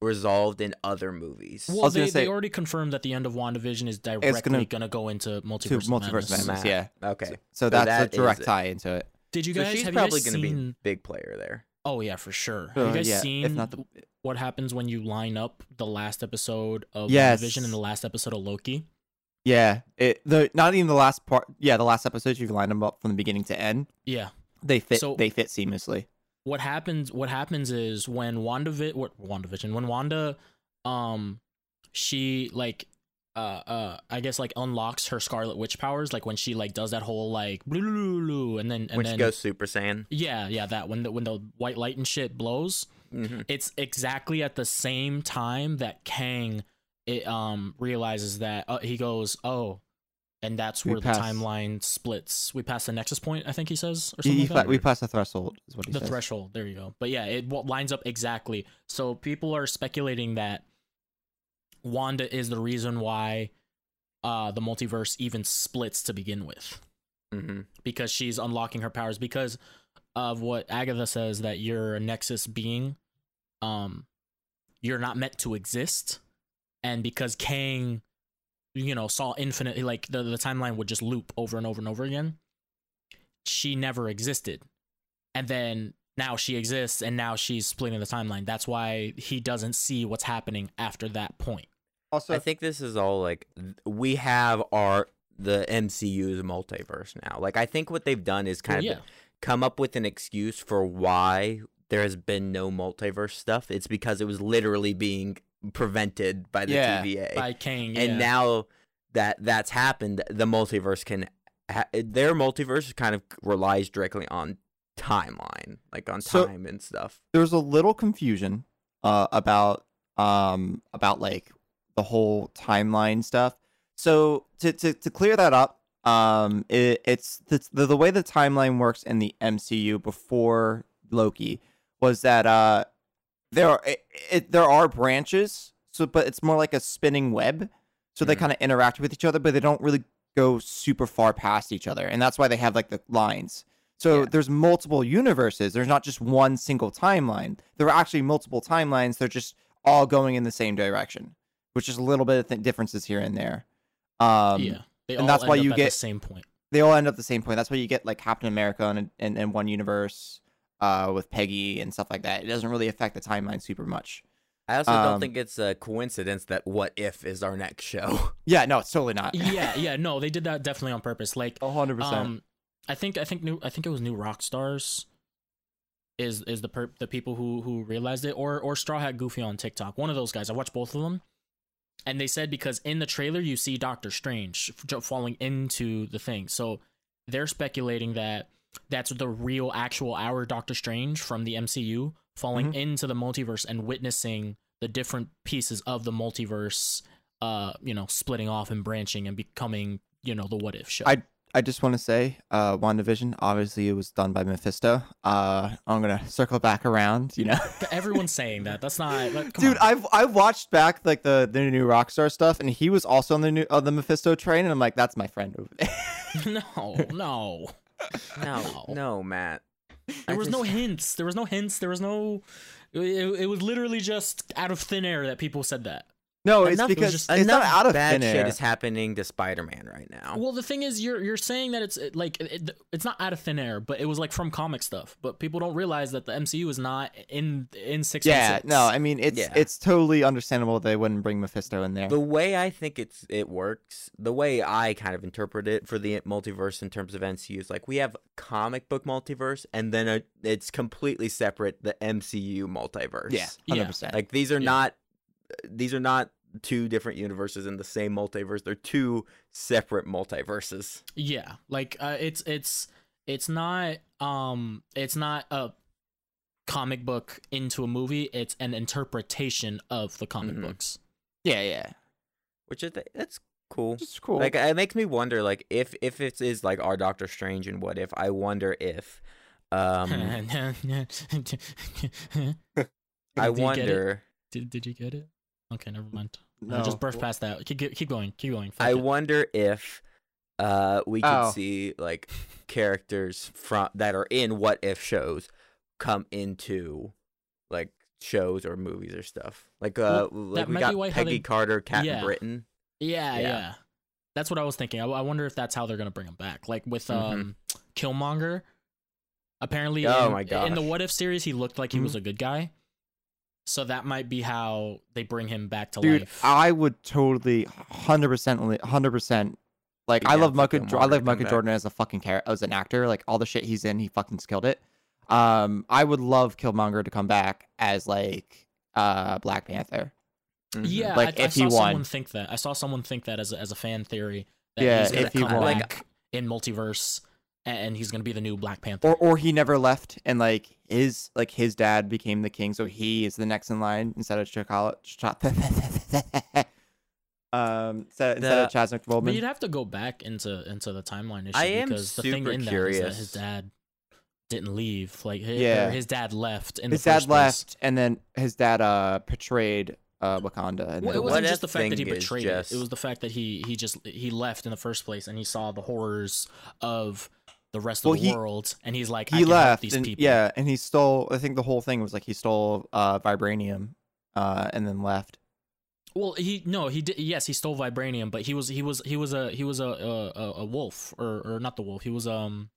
S3: resolved in other movies.
S2: Well,
S1: was
S2: they,
S1: gonna say-
S2: they already confirmed that the end of Wandavision is directly
S1: gonna-
S2: going to go into multiverse.
S1: to
S2: of
S1: multiverse
S2: Madness.
S1: madness.
S3: Madness.
S1: Yeah,
S3: Okay,
S1: so,
S3: so
S1: so that's
S3: that
S1: a
S3: is
S1: direct
S3: it.
S1: tie into it.
S2: Did you guys?
S3: she's
S2: have
S3: probably
S2: you guys
S3: gonna be
S2: seen?
S3: a big player there.
S2: Oh yeah, for sure. Have
S1: Uh,
S2: you guys
S1: yeah,
S2: seen
S1: if not the
S2: what happens when you line up the last episode of
S1: Yes.
S2: WandaVision and the last episode of Loki?
S1: yeah, it the not even the last part. Yeah, the last episode you've lined them up from the beginning to end.
S2: Yeah.
S1: They fit.
S2: So-
S1: they fit seamlessly.
S2: what happens what happens is when WandaVi- what WandaVision when Wanda um she like uh uh I guess like unlocks her Scarlet Witch powers like when she like does that whole like blue, blue, blue, blue, and then and
S3: when
S2: then
S3: she goes Super Saiyan.
S2: yeah yeah that when the when the white light and shit blows
S3: hmm
S2: it's exactly at the same time that Kang it, um realizes that uh, he goes oh and that's
S1: We
S2: where
S1: pass.
S2: the timeline splits we pass the nexus point I think he says or
S1: You-
S2: something
S1: you
S2: like
S1: pa-
S2: that.
S1: we passed the threshold. Is what he
S2: the
S1: says.
S2: threshold. There you go. But yeah, it w- lines up exactly. So people are speculating that Wanda is the reason why uh, the multiverse even splits to begin with,
S3: hmm
S2: because she's unlocking her powers because of what Agatha says that you're a Nexus being. Um, you're not meant to exist, and because Kang, you know, saw infinite, like the the timeline would just loop over and over and over again she never existed. And then now she exists and now she's splitting the timeline. That's why he doesn't see what's happening after that point.
S1: Also,
S3: I think this is all like th- we have our the MCU's multiverse now. Like I think what they've done is kind
S2: Well,
S3: of come up with an excuse for why there has been no multiverse stuff. It's because it was literally being prevented by the
S1: Yeah,
S3: TVA.
S2: by Kang.
S3: and
S2: yeah.
S3: now that that's happened, the multiverse can ha- eh, their multiverse kind of relies directly on timeline, like on
S1: So-
S3: time and stuff.
S1: there was a little confusion uh, about um about like the whole timeline stuff. So to to, to clear that up, um, it, it's it's the, the way the timeline works in the MCU before Loki was that uh there are it, it, there are branches, so but it's more like a spinning web. So they
S3: Mhm.
S1: kind of interact with each other, but they don't really go super far past each other, and that's why they have like the lines. So
S3: Yeah.
S1: there's multiple universes. There's not just one single timeline. There are actually multiple timelines. They're just all going in the same direction, which is a little bit of th- differences here and there. Um,
S2: yeah. They
S1: and
S2: all
S1: that's why
S2: end up
S1: you
S2: at the
S1: get-
S2: same point.
S1: They all end up at the same point. That's why you get like Captain America in, in, in one universe uh, with Peggy and stuff like that. It doesn't really affect the timeline super much.
S3: I also don't
S1: Um,
S3: think it's a coincidence that What If is our next show.
S1: Yeah, no, it's totally not.
S2: yeah, yeah, no, they did that definitely on purpose. Like
S1: 100%.
S2: um I think I think new I think it was new rock stars is is the per- the people who who realized it or or Straw Hat Goofy on TikTok. One of those guys. I watched both of them. And they said because in the trailer you see Doctor Strange f- ju- falling into the thing. So they're speculating that that's the real actual our Doctor Strange from the MCU falling
S1: Mhm.
S2: into the multiverse and witnessing the different pieces of the multiverse uh you know splitting off and branching and becoming you know the what if show.
S1: I I just want to say, uh, WandaVision, obviously it was done by Mephisto. Uh, I'm gonna circle back around, you know.
S2: Everyone's saying that. That's not. Like, come
S1: Dude,
S2: on.
S1: I've I've watched back like the, the new Rockstar stuff, and he was also on the new on the Mephisto train, and I'm like, that's my friend over there.
S2: no, no.
S3: No,
S2: No.
S3: no, Matt.
S2: There
S3: I
S2: was no
S3: just-
S2: hints. There was no hints. There was no. It, it was literally just out of thin air that people said that.
S1: No, it's
S3: Enough- it was
S1: because
S2: just-
S1: it's not out of
S3: bad
S1: thin
S3: shit
S1: air.
S3: is happening to Spider-Man right now.
S2: Well, the thing is, you're you're saying that it's it- like it, it- it's not out of thin air, but it was like from comic stuff. But people don't realize that the MCU is not in in six.
S1: yeah, no, I mean it's
S3: Yeah.
S1: it's totally understandable they wouldn't bring Mephisto in there.
S3: the way I think it's it works, the way I kind of interpret it for the multiverse in terms of MCU is like we have comic book multiverse, and then a, it's completely separate the MCU multiverse.
S1: yeah, hundred percent.
S3: like these are
S2: Yeah.
S3: not these are not two different universes in the same multiverse. They're two separate multiverses.
S2: yeah, like uh, it's it's it's not um it's not a comic book into a movie. It's an interpretation of the comic
S1: Mm-hmm.
S3: Mhm.
S2: books.
S1: yeah, yeah,
S3: which I think that's cool.
S1: just cool.
S3: Like it makes me wonder, like if if it is like our Doctor Strange and what if I wonder if, um, I
S2: you get it?
S3: wonder,
S2: did did you get it? Okay, never mind.
S1: no.
S2: I just brushed past that. Keep, keep going. Keep going. Fuck
S3: I
S2: it.
S3: wonder if, uh, we could
S1: Oh.
S3: see like characters from that are in what if shows come into like shows or movies or stuff. Like uh,
S2: Well,
S3: like
S2: that
S3: we
S2: might be
S3: got
S2: why how
S3: Peggy
S2: they-
S3: Carter, Captain
S2: Yeah.
S3: Britain.
S2: Yeah,
S3: Yeah.
S2: yeah. That's what I was thinking. I, I wonder if that's how they're gonna bring him back, like with
S3: Mhm.
S1: Mm-hmm.
S2: um Killmonger. Apparently,
S3: Oh
S2: in,
S3: my
S2: in the
S3: gosh.
S2: What If series, he looked like he
S1: Mm-hmm.
S2: was a good guy. So that might be how they bring him back to
S1: Dude,
S2: life.
S1: I would totally 100% 100% like
S3: Be
S1: I
S3: down
S1: love
S3: for
S1: Michael
S3: Killmonger
S1: Jo- I
S3: to
S1: love
S3: come
S1: Michael
S3: back.
S1: Jordan as a fucking character as an actor like all the shit he's in he fucking skilled it. Um I would love Killmonger to come back as like uh Black Panther. Mm-hmm.
S3: Mhm.
S2: yeah,
S1: Like, if
S2: I, I
S1: he
S2: saw someone
S1: won.
S2: think that. I saw someone think that as a, as a fan theory. That
S1: Yeah,
S2: he's gonna
S1: if he
S2: come
S1: won.
S2: back in multiverse, a- and he's gonna be the new Black Panther.
S1: Or or he never left and like his like his dad became the king so he is the next in line instead of Chakala Ch- um instead, instead of
S3: The-
S1: Chadwick
S2: but you'd
S1: Boseman.
S2: have to go back into into the timeline issue
S3: I am
S2: because the thing
S3: super
S2: in that is
S3: curious.
S2: that his dad didn't leave. Like his,
S1: Yeah.
S2: his dad left. In
S1: His
S2: the
S1: dad
S2: first place.
S1: left and then his dad uh portrayed uh Wakanda and
S2: Well,
S1: then
S2: it wasn't
S3: what
S2: just the
S3: if
S2: fact that he
S3: thing is
S2: betrayed it. It
S3: just-
S2: was the fact that he he just he left in the first place, and he saw the horrors of the rest
S1: Well,
S2: of the
S1: he-
S2: world, and he's like, I
S1: he
S2: can help
S1: left
S2: these
S1: and,
S2: people.
S1: yeah and he stole i think the whole thing was like he stole uh vibranium uh and then left
S2: Well, he no, he did. Yes, he stole vibranium, but he was he was he was a he was a a, a- a wolf or or not the wolf. He was um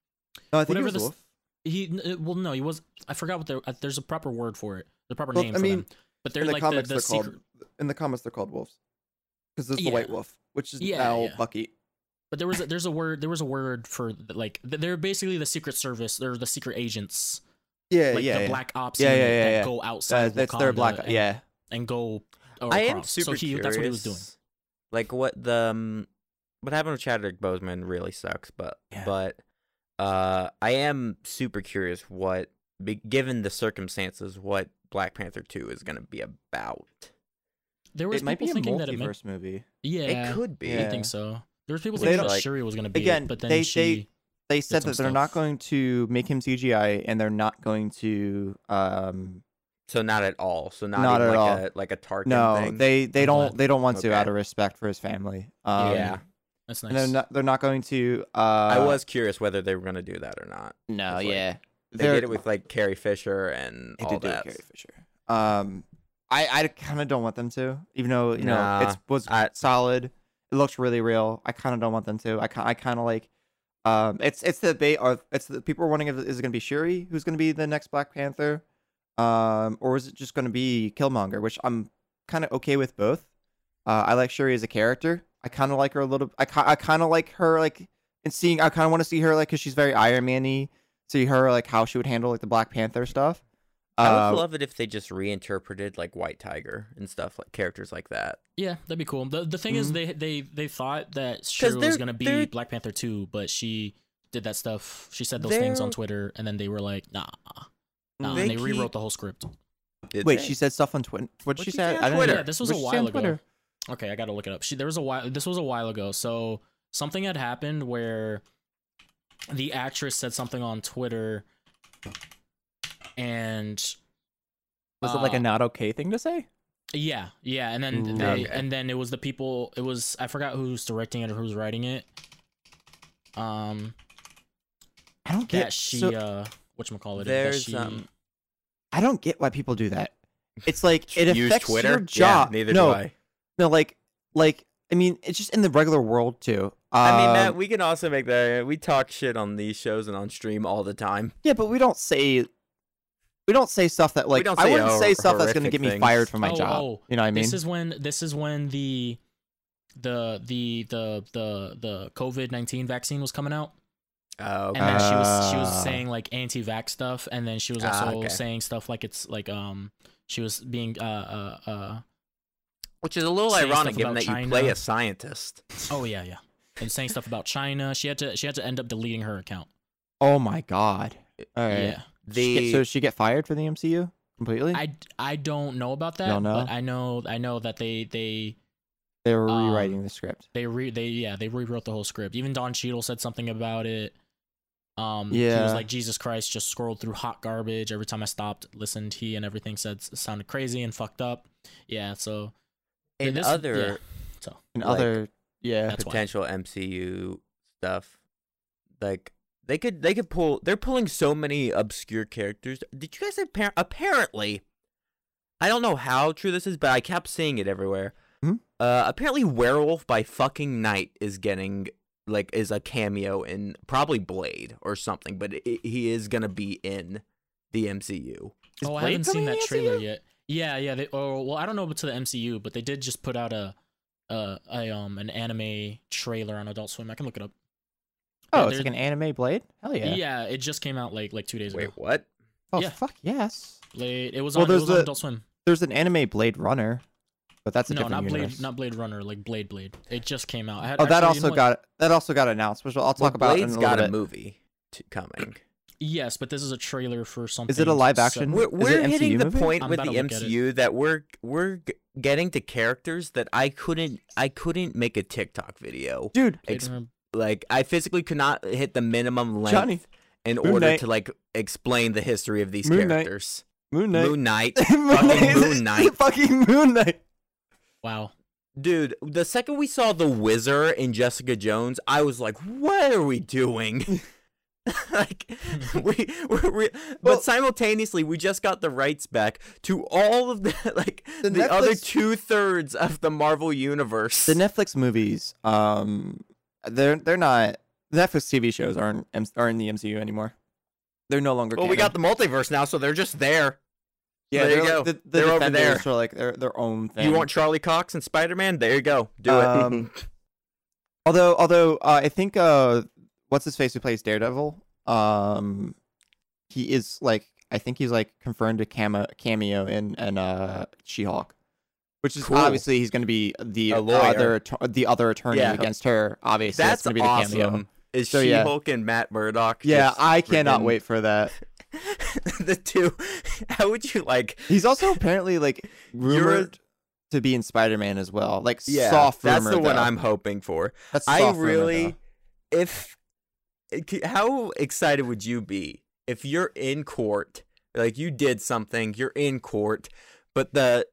S1: no i think
S2: Whatever
S1: it was
S2: this-
S1: wolf
S2: he n- well no he was I forgot what the uh, there's a proper word for it. The proper
S1: Well,
S2: name.
S1: I
S2: for
S1: mean,
S2: them. but they're
S1: in the
S2: like
S1: comics
S2: the,
S1: they're
S2: secret.
S1: called in the comics they're called wolves because there's the
S2: Yeah.
S1: white wolf which is
S2: Yeah,
S1: now
S2: yeah.
S1: bucky
S2: But there was a, there's a word there was a word for like th- they're basically the secret service. They're the secret agents.
S1: yeah
S2: like
S1: yeah,
S2: the
S1: yeah.
S2: black ops
S1: Yeah,
S2: unit
S1: yeah, yeah,
S2: that
S1: yeah.
S2: go outside
S1: Uh,
S2: of
S1: that's their
S2: Wakanda
S1: black
S2: and,
S1: yeah
S2: and go
S3: I am
S2: across.
S3: super
S2: so he,
S3: curious.
S2: that's what he was doing
S3: Like what the um, what happened with Chadwick Boseman really sucks, but
S1: Yeah.
S3: but uh, I am super curious what, be, given the circumstances, what Black Panther Two is going to be about.
S2: there was
S1: it might
S2: people
S1: be a
S2: thinking that it meant
S1: multiverse movie
S2: yeah
S3: It could be.
S2: i
S1: Yeah.
S2: think so there was people
S1: They
S2: thinking
S1: don't-
S2: that
S3: like-
S2: shuri was going to be
S1: Again,
S2: it, but then
S1: they-
S2: she
S1: they- they said
S2: some
S1: that they're not
S2: stuff.
S1: going to make him cgi and they're not going to um
S3: So not at all. So not,
S1: Not
S3: even
S1: at
S3: like
S1: all.
S3: a like a Tarkin
S1: no
S3: thing.
S1: they they
S2: I'm
S1: don't
S2: glad.
S1: they don't want to
S3: Okay.
S1: out of respect for his family um
S3: yeah,
S2: that's
S1: and they're
S2: nice
S1: not they're not going to uh
S3: I was curious whether they were going to do that or not.
S1: no
S3: It's like-
S1: yeah
S3: They
S1: They're-
S3: did it with like Carrie Fisher and
S1: They
S3: all
S1: did do it with
S3: that.
S1: Carrie Fisher. Um, I I kind of don't want them to, even though you know it
S3: Nah,
S1: was
S3: I-
S1: solid. It looks really real. I kind of don't want them to. I kind I kind of like. Um, it's it's the debate. Are it's the people are wondering if is it going to be Shuri who's going to be the next Black Panther, um, or is it just going to be Killmonger? Which I'm kind of okay with both. Uh, I like Shuri as a character. I kind of like her a little. I ki- I kind of like her like and seeing. I kind of want to see her like because she's very Iron Man-y. See her like how she would handle like the Black Panther stuff.
S3: I
S1: Uh,
S3: would love it if they just reinterpreted like White Tiger and stuff like characters like that.
S2: yeah that'd be cool the, the thing is
S1: Mhm.
S2: they they they thought that shuri was
S3: Mm-hmm. they're-
S2: going to be
S3: they're-
S2: black panther 2 but she did that stuff she said those things on
S3: They're- twitter
S2: twitter and then they were like nah, nah
S3: They
S2: and they rewrote
S3: keep-
S2: the whole script
S3: Did
S1: Wait,
S3: they?
S1: she said stuff on Twitter. What
S3: What'd
S1: she
S3: she say
S1: say?
S3: on
S1: I didn't
S3: Twitter?
S1: hear.
S2: Yeah, this was a
S1: What'd she say on
S2: while ago.
S1: Twitter?
S2: Okay, I gotta look it up. She there was a while. This was a while ago. So something had happened where the actress said something on Twitter and
S5: Was it like
S2: uh,
S5: a not okay thing to say?
S2: yeah, yeah, and then
S1: Ooh,
S2: they,
S3: okay.
S2: and then it was the people. It was I forgot who's directing it or who's writing it. Um,
S1: I don't
S2: that
S1: get.
S2: she
S1: so-
S2: uh, which McCall it
S3: There's,
S2: is. That she,
S3: um,
S1: I don't get why people do that. It's like it
S3: Use
S1: affects
S3: Twitter?
S1: your
S3: Yeah,
S1: job.
S3: neither
S1: no,
S3: do I.
S1: no, like, like I mean, it's just in the regular world too.
S3: I mean,
S1: Um,
S3: Matt, we can also make that. We talk shit on these shows and on stream all the time.
S1: Yeah, but we don't say we don't say stuff that like
S3: don't
S1: I
S3: say
S1: wouldn't
S3: hor-
S1: say "Oh, stuff that's going to
S3: horrific
S1: get me
S3: things.
S1: fired from my
S2: Oh,
S1: job.
S2: oh,
S1: you know what I mean?
S2: this is when this is when the the the the the the COVID nineteen vaccine was coming out,
S3: Oh,
S2: and then she was she
S1: Ah.
S2: was saying like anti-vax stuff, and then she was
S3: Ah,
S2: also
S3: okay.
S2: saying stuff like it's like um she was being uh uh uh
S3: which is a little
S2: saying
S3: ironic
S2: stuff
S3: given that
S2: about
S3: you play
S2: China.
S3: a scientist.
S2: oh yeah yeah and saying stuff about China. She had to she had to end up deleting her account.
S1: oh my god! All right.
S2: Yeah.
S1: She get-
S3: The
S1: so she get fired for the MCU completely?
S2: I, I don't know about that,
S1: Don't know?
S2: but I know I know that they they
S1: they were
S2: um,
S1: rewriting the script.
S2: they re they yeah they rewrote the whole script. Even Don Cheadle said something about it. Um, he
S1: Yeah.
S2: was like Jesus Christ. Just scrolled through hot garbage every time I stopped, listened. He and everything said sounded crazy and fucked up. Yeah, so
S3: in
S2: this-
S3: other
S2: yeah.
S1: And
S3: like-
S1: other yeah,
S2: That's why.
S3: potential MCU stuff, like they could they could pull. They're pulling so many obscure characters. Did you guys appar- apparently? I don't know how true this is, but I kept seeing it everywhere.
S1: Mhm.
S3: Uh, apparently, Werewolf by fucking Night is getting like is a cameo in probably Blade or something, but i he is gonna be in the MCU. Is
S2: oh I
S3: Blade
S2: haven't seen
S3: coming in
S2: that
S3: the
S2: trailer
S3: MCU?
S2: yet. Yeah, yeah. They, oh well, I don't know about to the MCU, but they did just put out a a, a um an anime trailer on Adult Swim. I can look it up.
S1: oh,
S2: yeah,
S1: it's
S2: they're-
S1: like an anime blade. Hell yeah!
S2: Yeah. it just came out like like two days ago.
S3: Wait, what?
S1: Oh
S2: yeah.
S1: fuck yes!
S2: Blade. It was
S1: Well,
S2: on, it
S1: there's
S2: was on
S1: the-
S2: Adult Swim.
S1: There's an anime Blade Runner, but that's a
S2: No,
S1: different
S2: not
S1: universe.
S2: Blade, not Blade Runner, like Blade Blade. It just came out. I had,
S1: oh, that
S2: actually, you know
S1: also
S2: what?
S1: got that also got announced, which I'll talk
S3: well,
S1: about
S3: Blade's
S1: in a
S3: got
S1: little
S3: a
S1: bit.
S3: movie to, coming.
S2: Yes, but this is a trailer for something.
S1: Is it a live
S2: se-
S1: action?
S3: We're,
S1: Is it
S3: we're
S1: MCU
S3: hitting the
S1: movie?
S3: point
S2: I'm
S3: with
S2: about
S3: the
S2: to look at it.
S3: MCU that we're we're g- getting to characters that I couldn't I couldn't make a TikTok video.
S1: Dude,
S2: Blade
S3: Ex-
S2: Runner-
S3: like I physically could not hit the minimum length
S1: Johnny,
S3: in
S1: Moon
S3: order
S1: Knight.
S3: to like explain the history of these
S1: Moon Knight.
S3: characters.
S1: Moon Knight.
S3: Moon Knight,
S1: Moon
S3: fucking Moon Knight.
S1: fucking Moon Knight.
S2: Wow.
S3: dude. The second we saw the Wizard and Jessica Jones, I was like, "What are we doing?" like we, we're, we
S1: Well-
S3: but simultaneously we just got the rights back to all of the like
S1: The
S3: the, other
S1: Netflix-
S3: two thirds of the Marvel universe.
S1: the Netflix movies, um, they're they're not Netflix TV shows aren't M- aren't in the MCU anymore. They're no longer.
S3: well, we got the multiverse now, so they're just there.
S1: yeah.
S3: there you
S1: they're
S3: go.
S1: like The, the
S3: They're over
S1: Defenders
S3: there.
S1: are like their their own thing.
S3: You want Charlie Cox and Spider Man? There you go. Do
S1: Um, although although uh, I think uh, what's his face who plays Daredevil? Um, he is like I think he's like confirmed a camo- cameo in and uh She Hulk. Which is
S3: Cool.
S1: obviously he's going to be the
S3: A lawyer.
S1: other att- the other attorney
S3: Yeah.
S1: against her.
S3: it.
S1: Obviously,
S3: That's
S1: going to be
S3: awesome.
S1: the cameo.
S3: Is
S1: So, yeah.
S3: She Hulk and Matt Murdock?
S1: Yeah,
S3: just
S1: I cannot
S3: friggin-
S1: wait for that.
S3: the two. How would you like?
S1: He's also apparently like
S3: You're a-
S1: rumored to be in Spider Man as well. Like
S3: Yeah,
S1: soft rumor.
S3: that's the one
S1: though.
S3: I'm hoping for.
S1: That's
S3: I
S1: soft rumor,
S3: really,
S1: though.
S3: if it c- how excited would you be if you're in court, like you did something, you're in court, but the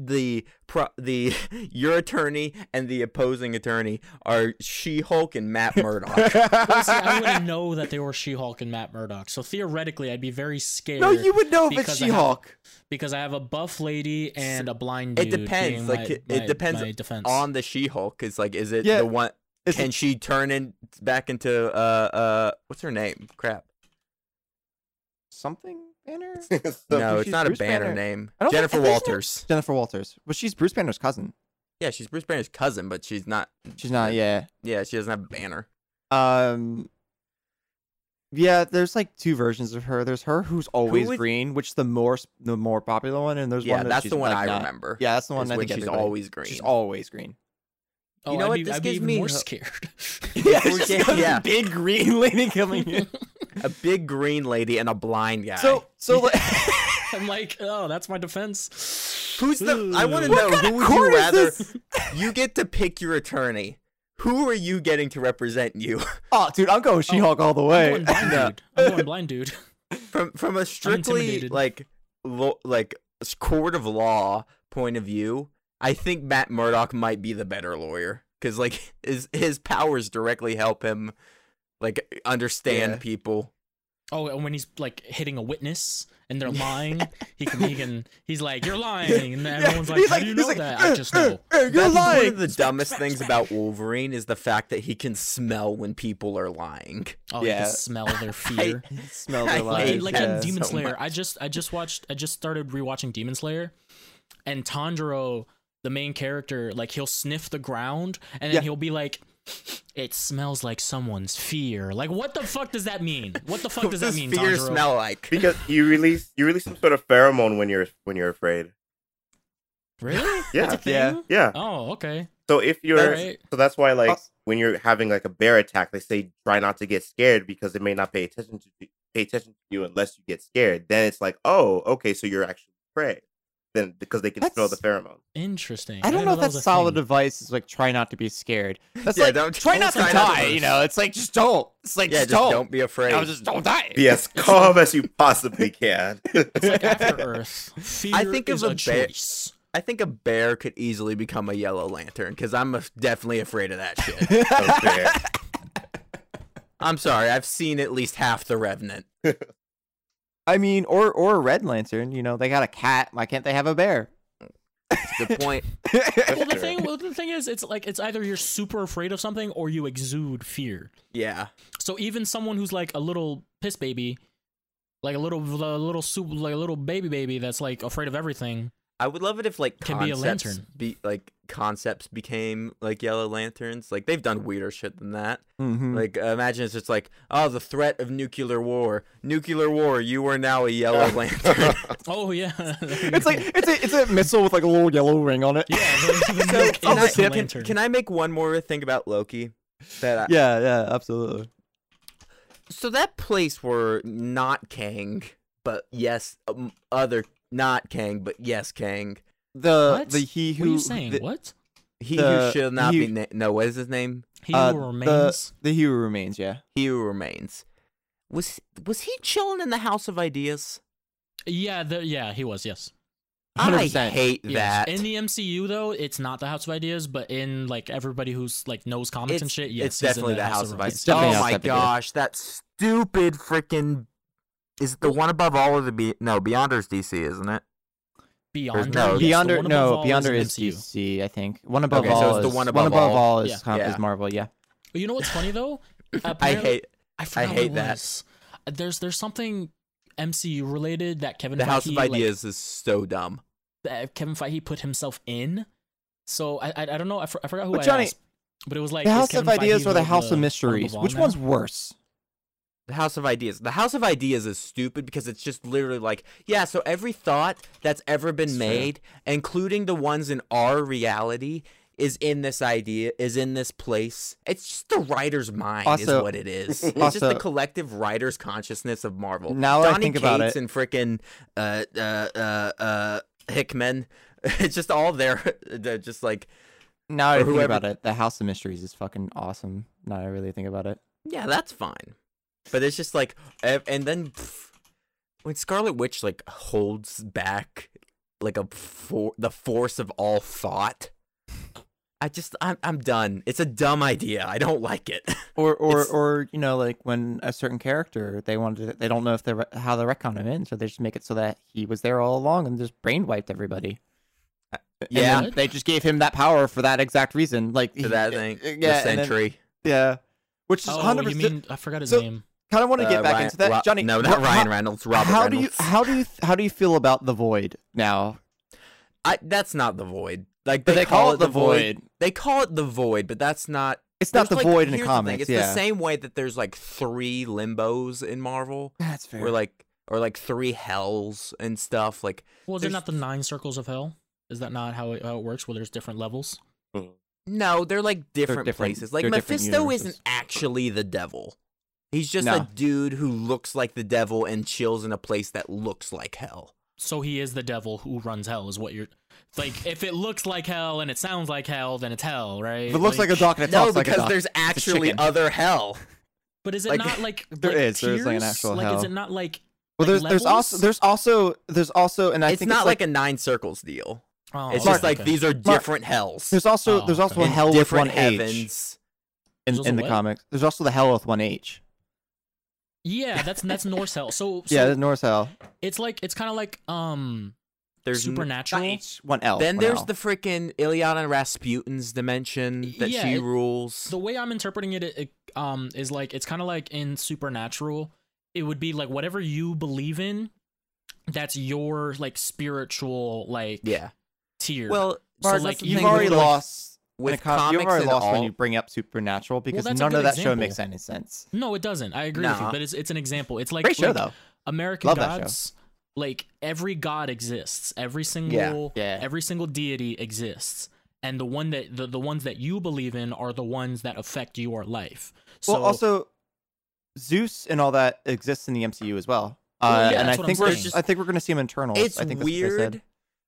S3: the pro, the your attorney and the opposing attorney are She Hulk and Matt Murdock.
S2: Well, see, I wouldn't know that they were She-Hulk and Matt Murdock, so theoretically, I'd be very scared.
S1: No, you would know if it's
S2: because I
S1: She
S2: have-
S1: Hulk.
S2: because I have a buff lady and a blind
S3: It
S2: dude.
S3: depends,
S2: being
S3: like,
S2: my-
S3: it- it
S2: my-
S3: depends
S2: my defense.
S3: On the She Hulk is like, is it
S1: Yeah,
S3: the one?
S1: is
S3: Can
S1: it-
S3: she turn in back into uh uh what's her name? Crap.
S1: Something banner?
S3: no, it's
S1: she's
S3: not
S1: Bruce
S3: a banner,
S1: Banner.
S3: name.
S1: I don't think-
S3: Jennifer
S1: I think it's not-
S3: Walters.
S1: Jennifer Walters. But she's Bruce Banner's cousin.
S3: Yeah, she's Bruce Banner's cousin, but she's not.
S1: She's not, yeah.
S3: Yeah, she doesn't have a banner.
S1: Um Yeah, there's like two versions of her. There's her who's always
S3: is-
S1: green, which is the more s- the more popular one, and there's
S3: yeah,
S1: one that
S3: that's
S1: she's
S3: the one
S1: like
S3: I
S1: not-
S3: remember.
S1: Yeah, that's the
S3: is
S1: one I
S3: when
S1: think
S3: she's
S1: everybody-
S3: always green.
S1: She's always green.
S2: oh,
S3: you know
S2: I'd
S3: what?
S2: Be,
S3: This
S2: I'd
S3: gives
S2: be even
S3: me
S2: more
S3: ho-
S2: scared.
S1: Yeah, it's
S3: We're
S1: just
S3: getting-
S1: got this
S3: yeah.
S1: big green lady coming in.
S3: a big green lady and a blind guy.
S1: So, so like,
S2: I'm like, oh, that's my defense.
S3: who's the? I want to
S2: Ooh.
S3: know who would
S1: court
S3: you
S1: is
S3: rather?
S1: this?
S3: You get to pick your attorney. Who are you getting to represent you
S1: Oh, dude, I'm going She-Hulk all the way.
S2: I'm going blind,
S3: No.
S2: dude. I'm going blind, dude.
S3: from from a strictly
S2: intimidated.
S3: like lo- like s- court of law point of view? I think Matt Murdock might be the better lawyer because like his his powers directly help him like understand
S4: Yeah.
S3: people.
S2: Oh, and when he's like hitting a witness and they're lying, he can he can he's like, "You're lying," and
S1: Yeah,
S2: everyone's like,
S1: he's
S2: "How do you know
S1: he's
S2: that?"
S1: "Eh,
S2: I just know.
S1: eh, eh, you're
S3: That's one
S1: lying.
S3: of the dumbest things about Wolverine is the fact that he can smell when people are lying.
S2: Oh, yeah.
S1: Yeah.
S2: he can smell their fear.
S1: Smell
S3: I
S1: their lies.
S3: hate
S2: like
S1: yeah.
S2: in Demon
S3: so
S2: Slayer,
S3: much.
S2: I just I just watched I just started rewatching Demon Slayer, and Tanjiro, the main character, like he'll sniff the ground and then
S1: Yeah.
S2: he'll be like, "It smells like someone's fear." Like, what the fuck does that mean? What the fuck
S3: What
S2: does
S3: does
S2: that mean?
S3: fear
S2: Tanjiro?
S3: smell like?
S4: because you release you release some sort of pheromone when you're when you're afraid.
S2: Really?
S4: Yeah,
S2: That's a thing?
S1: yeah,
S4: yeah.
S2: Oh, okay.
S4: So if you're
S2: Alright.
S4: so that's why like
S1: Us-
S4: when you're having like a bear attack, they say try not to get scared because it may not pay attention to pay attention to you unless you get scared. Then it's like, oh, okay, so you're actually prey. Then because they can smell the pheromone.
S2: Interesting.
S1: I don't
S2: didn't
S1: know if
S2: that was
S1: that's
S2: a
S1: solid
S2: thing.
S1: advice. Is like try not to be scared. That's
S3: Yeah,
S1: like
S3: don't-
S1: try
S3: don't
S1: not to
S3: try not to
S1: die.
S3: be-
S1: you know, it's like just don't. It's like
S3: Yeah,
S1: just,
S3: just
S1: don't.
S3: don't be afraid.
S1: No, just don't die.
S4: Be as calm as you possibly can.
S2: It's like After Earth, fear
S3: I think of
S2: is
S3: a
S2: a,
S3: bear-
S2: choice.
S3: I think a bear could easily become a yellow lantern because I'm a- definitely afraid of that shit.
S4: A bear.
S3: I'm sorry, I've seen at least half the Revenant.
S1: I mean, or or a red lantern. You know, they got a cat. Why can't they have a bear?
S3: Good point.
S2: Well, the
S4: Sure.
S2: thing, well, the thing is, it's like it's either you're super afraid of something or you exude fear.
S3: Yeah.
S2: So even someone who's like a little piss baby, like a little, a little soup, like a little baby baby that's like afraid of everything.
S3: I would love it if like
S2: Can be a
S3: concepts
S2: lantern.
S3: be like concepts became like yellow lanterns. Like they've done weirder shit than that.
S1: Mhm.
S3: Like uh, imagine it's just like, oh, the threat of nuclear war. Nuclear war, you are now a yellow lantern.
S2: Oh yeah,
S1: it's like it's a it's a missile with like a little yellow ring on it.
S2: yeah. the- the
S3: so
S2: nuke
S3: can, I,
S2: is the
S3: can,
S2: lantern.
S3: can I make one more thing about Loki? That I,
S1: yeah, yeah, absolutely.
S3: so that place where not Kang, but yes, um, other not Kang, but yes Kang.
S1: The
S2: What?
S1: the he who
S2: What are you saying?
S1: The,
S2: what?
S3: He
S1: The-
S3: who shall not
S1: he-
S3: be named. No, what is his name?
S2: He
S1: uh,
S2: who
S1: the-
S2: remains.
S1: The he who remains. Yeah.
S3: He who remains. Was was he chilling in the House of Ideas?
S2: Yeah, the, yeah, he was. Yes.
S3: I
S1: 100%.
S3: hate
S2: Yes.
S3: that.
S2: in the MCU though, it's not the House of Ideas, but in like everybody who's like knows comics
S3: it's,
S2: and shit. Yes,
S3: it's
S2: he's in
S3: definitely the House of Ideas.
S1: It's definitely
S3: oh
S1: House
S3: my
S1: of Ideas.
S3: gosh, that stupid freaking. Is it the one above all of the be- no Beyonders DC, isn't it?
S2: Beyonder,
S3: Oh, no-
S2: Oh, yes, the
S1: Beyonder,
S2: one above
S1: no,
S2: all
S1: Beyonder
S2: in
S1: is
S2: MCU.
S1: DC, I think. One above
S3: Okay, so
S1: all
S3: it's the
S1: is
S3: one
S1: one
S3: above
S1: above all,
S3: all.
S1: is,
S2: Yeah.
S1: com-
S3: Yeah.
S1: is Marvel. Yeah,
S2: You know what's funny though?
S3: I
S2: Apparently-
S3: hate
S2: I, forgot
S3: hate
S2: what it
S3: that.
S2: was. Uh, There's there's something MCU related that Kevin
S3: the House
S2: Feige,
S3: of
S2: like,
S3: Ideas is so dumb.
S2: that Kevin Feige put himself in. So I I, I don't know I, for, I forgot who
S1: But
S2: I
S1: Johnny,
S2: asked, but it was like
S1: the
S2: is
S1: House of
S2: Kevin
S1: Ideas
S2: Feige
S1: or the
S2: like
S1: House of
S2: one
S1: Mysteries.
S2: all
S1: Which
S2: now?
S1: one's worse?
S3: The House of Ideas. The House of Ideas is stupid because it's just literally like, yeah, so every thought that's ever been
S4: It's true.
S3: made, including the ones in our reality, is in this idea, is in this place. It's just the writer's mind
S1: Also-
S3: is what it is. It's just
S1: also-
S3: the collective writer's consciousness of Marvel.
S1: Now that I
S3: Donny
S1: think about
S3: Cates
S1: it-
S3: and freaking uh, uh, uh, uh, Hickman. It's just all there. They're just like,
S1: Now that I
S3: Or
S1: think
S3: whoever-
S1: about it, the House of Mysteries is fucking awesome. Now that I really think about it.
S3: yeah, that's fine. But it's just like, ev- and then pff, when Scarlet Witch like holds back like a for- the force of all thought, I just I'm I'm done. It's a dumb idea. I don't like it.
S1: Or or
S3: It's-
S1: or you know like when a certain character they wanted to, they don't know if they re- how they retcon him in, so they just make it so that he was there all along and just brain wiped everybody. And
S3: yeah,
S1: then they just gave him that power for that exact reason. Like he-
S3: for that thing,
S1: yeah,
S3: the
S1: and then-
S3: Sentry.
S1: yeah, which is
S2: Oh,
S1: hundred
S2: you
S1: percent.
S2: mean I forgot his
S1: so-
S2: name?
S1: Kind of want to get
S3: uh,
S1: back
S3: Ryan-
S1: into that,
S3: Ro-
S1: Johnny.
S3: No, not
S1: wha-
S3: Ryan
S1: how-
S3: Reynolds. Robert
S1: how
S3: Reynolds.
S1: do you how do you how do you feel about the void now?
S3: I, that's not the void. Like
S1: But
S3: they, call, it the void.
S1: void.
S3: They call it the void, but that's not.
S1: It's not the
S3: there's, like-
S1: void in
S3: here's
S1: the
S3: thing,
S1: comics.
S3: It's
S1: yeah,
S3: the same way that there's like three limbos in Marvel.
S1: that's fair.
S3: or like or like three hells and stuff like
S2: Well, they're
S3: there's-
S2: not the nine circles of hell. Is that not how it, how it works? Where there's different levels.
S3: no they're like different,
S1: different-
S3: places like
S1: they're different
S3: mephisto isn't
S1: universes.
S3: actually the devil he's just
S1: No.
S3: a dude who looks like the devil and chills in a place that looks like hell
S2: So he is the devil who runs hell. Is what you're. Like if it looks like hell and it sounds like hell, then it's hell, right?
S1: If it looks like, a dock and it
S3: No,
S1: talks like a
S3: because
S1: dock.
S3: there's actually
S1: chicken.
S3: other hell.
S2: But is it
S3: like,
S2: not like
S5: there
S2: like
S5: is, there's, like, an
S2: tiers?
S5: actual
S2: like is
S5: hell.
S2: it not like
S1: well,
S2: like
S1: there's there's also
S2: levels?
S1: there's also there's also and I
S3: it's
S1: think
S3: not
S1: it's
S3: like, a nine circles deal.
S2: oh,
S3: it's
S2: okay,
S3: just like
S2: okay.
S3: these are different hells.
S1: there's also
S2: Oh,
S1: there's also
S2: okay.
S1: a
S3: and
S1: hell with one
S3: different
S1: H
S3: heavens.
S2: There's
S5: in,
S2: also
S5: in the
S2: what?
S5: comics.
S1: There's also the hell with one H.
S2: Yeah, that's that's Norse hell. So, so
S1: Yeah, there's Norse hell.
S2: it's like it's kind of like um
S3: There's n-
S2: supernatural.
S1: One L.
S3: Then
S1: one
S3: there's
S1: L.
S3: the freaking Ilyana Rasputin's dimension that
S2: Yeah,
S3: she
S2: it-
S3: rules.
S2: the way I'm interpreting it, it, it, um is like it's kind of like in supernatural. It would be like whatever you believe in, that's your like spiritual like
S3: yeah.
S2: tier.
S3: Well,
S2: So,
S1: Mark,
S2: like,
S1: you've
S2: thing
S1: already
S2: with, like-
S1: lost when
S3: with
S1: it comes-
S3: comics
S1: You've already
S3: and
S1: lost
S3: all,
S1: when you bring up Supernatural because
S2: that's a
S1: none
S2: good
S1: of that show
S2: example.
S1: makes any sense.
S2: no, it doesn't. I agree with
S3: Nah.
S2: you, but it's it's an example. It's like,
S1: Great show
S2: like
S1: though.
S2: American
S1: Love that show.
S2: Gods. Like every god exists. Every single
S1: Yeah.
S2: every single deity exists. And the one that the, the ones that you believe in are the ones that affect your life. So
S1: well, also Zeus and all that exists in the MCU as well.
S2: Well,
S3: Oh,
S1: Uh, and
S2: yeah,
S1: I
S2: that's what I'm
S1: think we're
S2: saying.
S1: I think we're gonna see him in Eternals.
S3: it's
S1: I think that's what they
S3: weird
S1: said.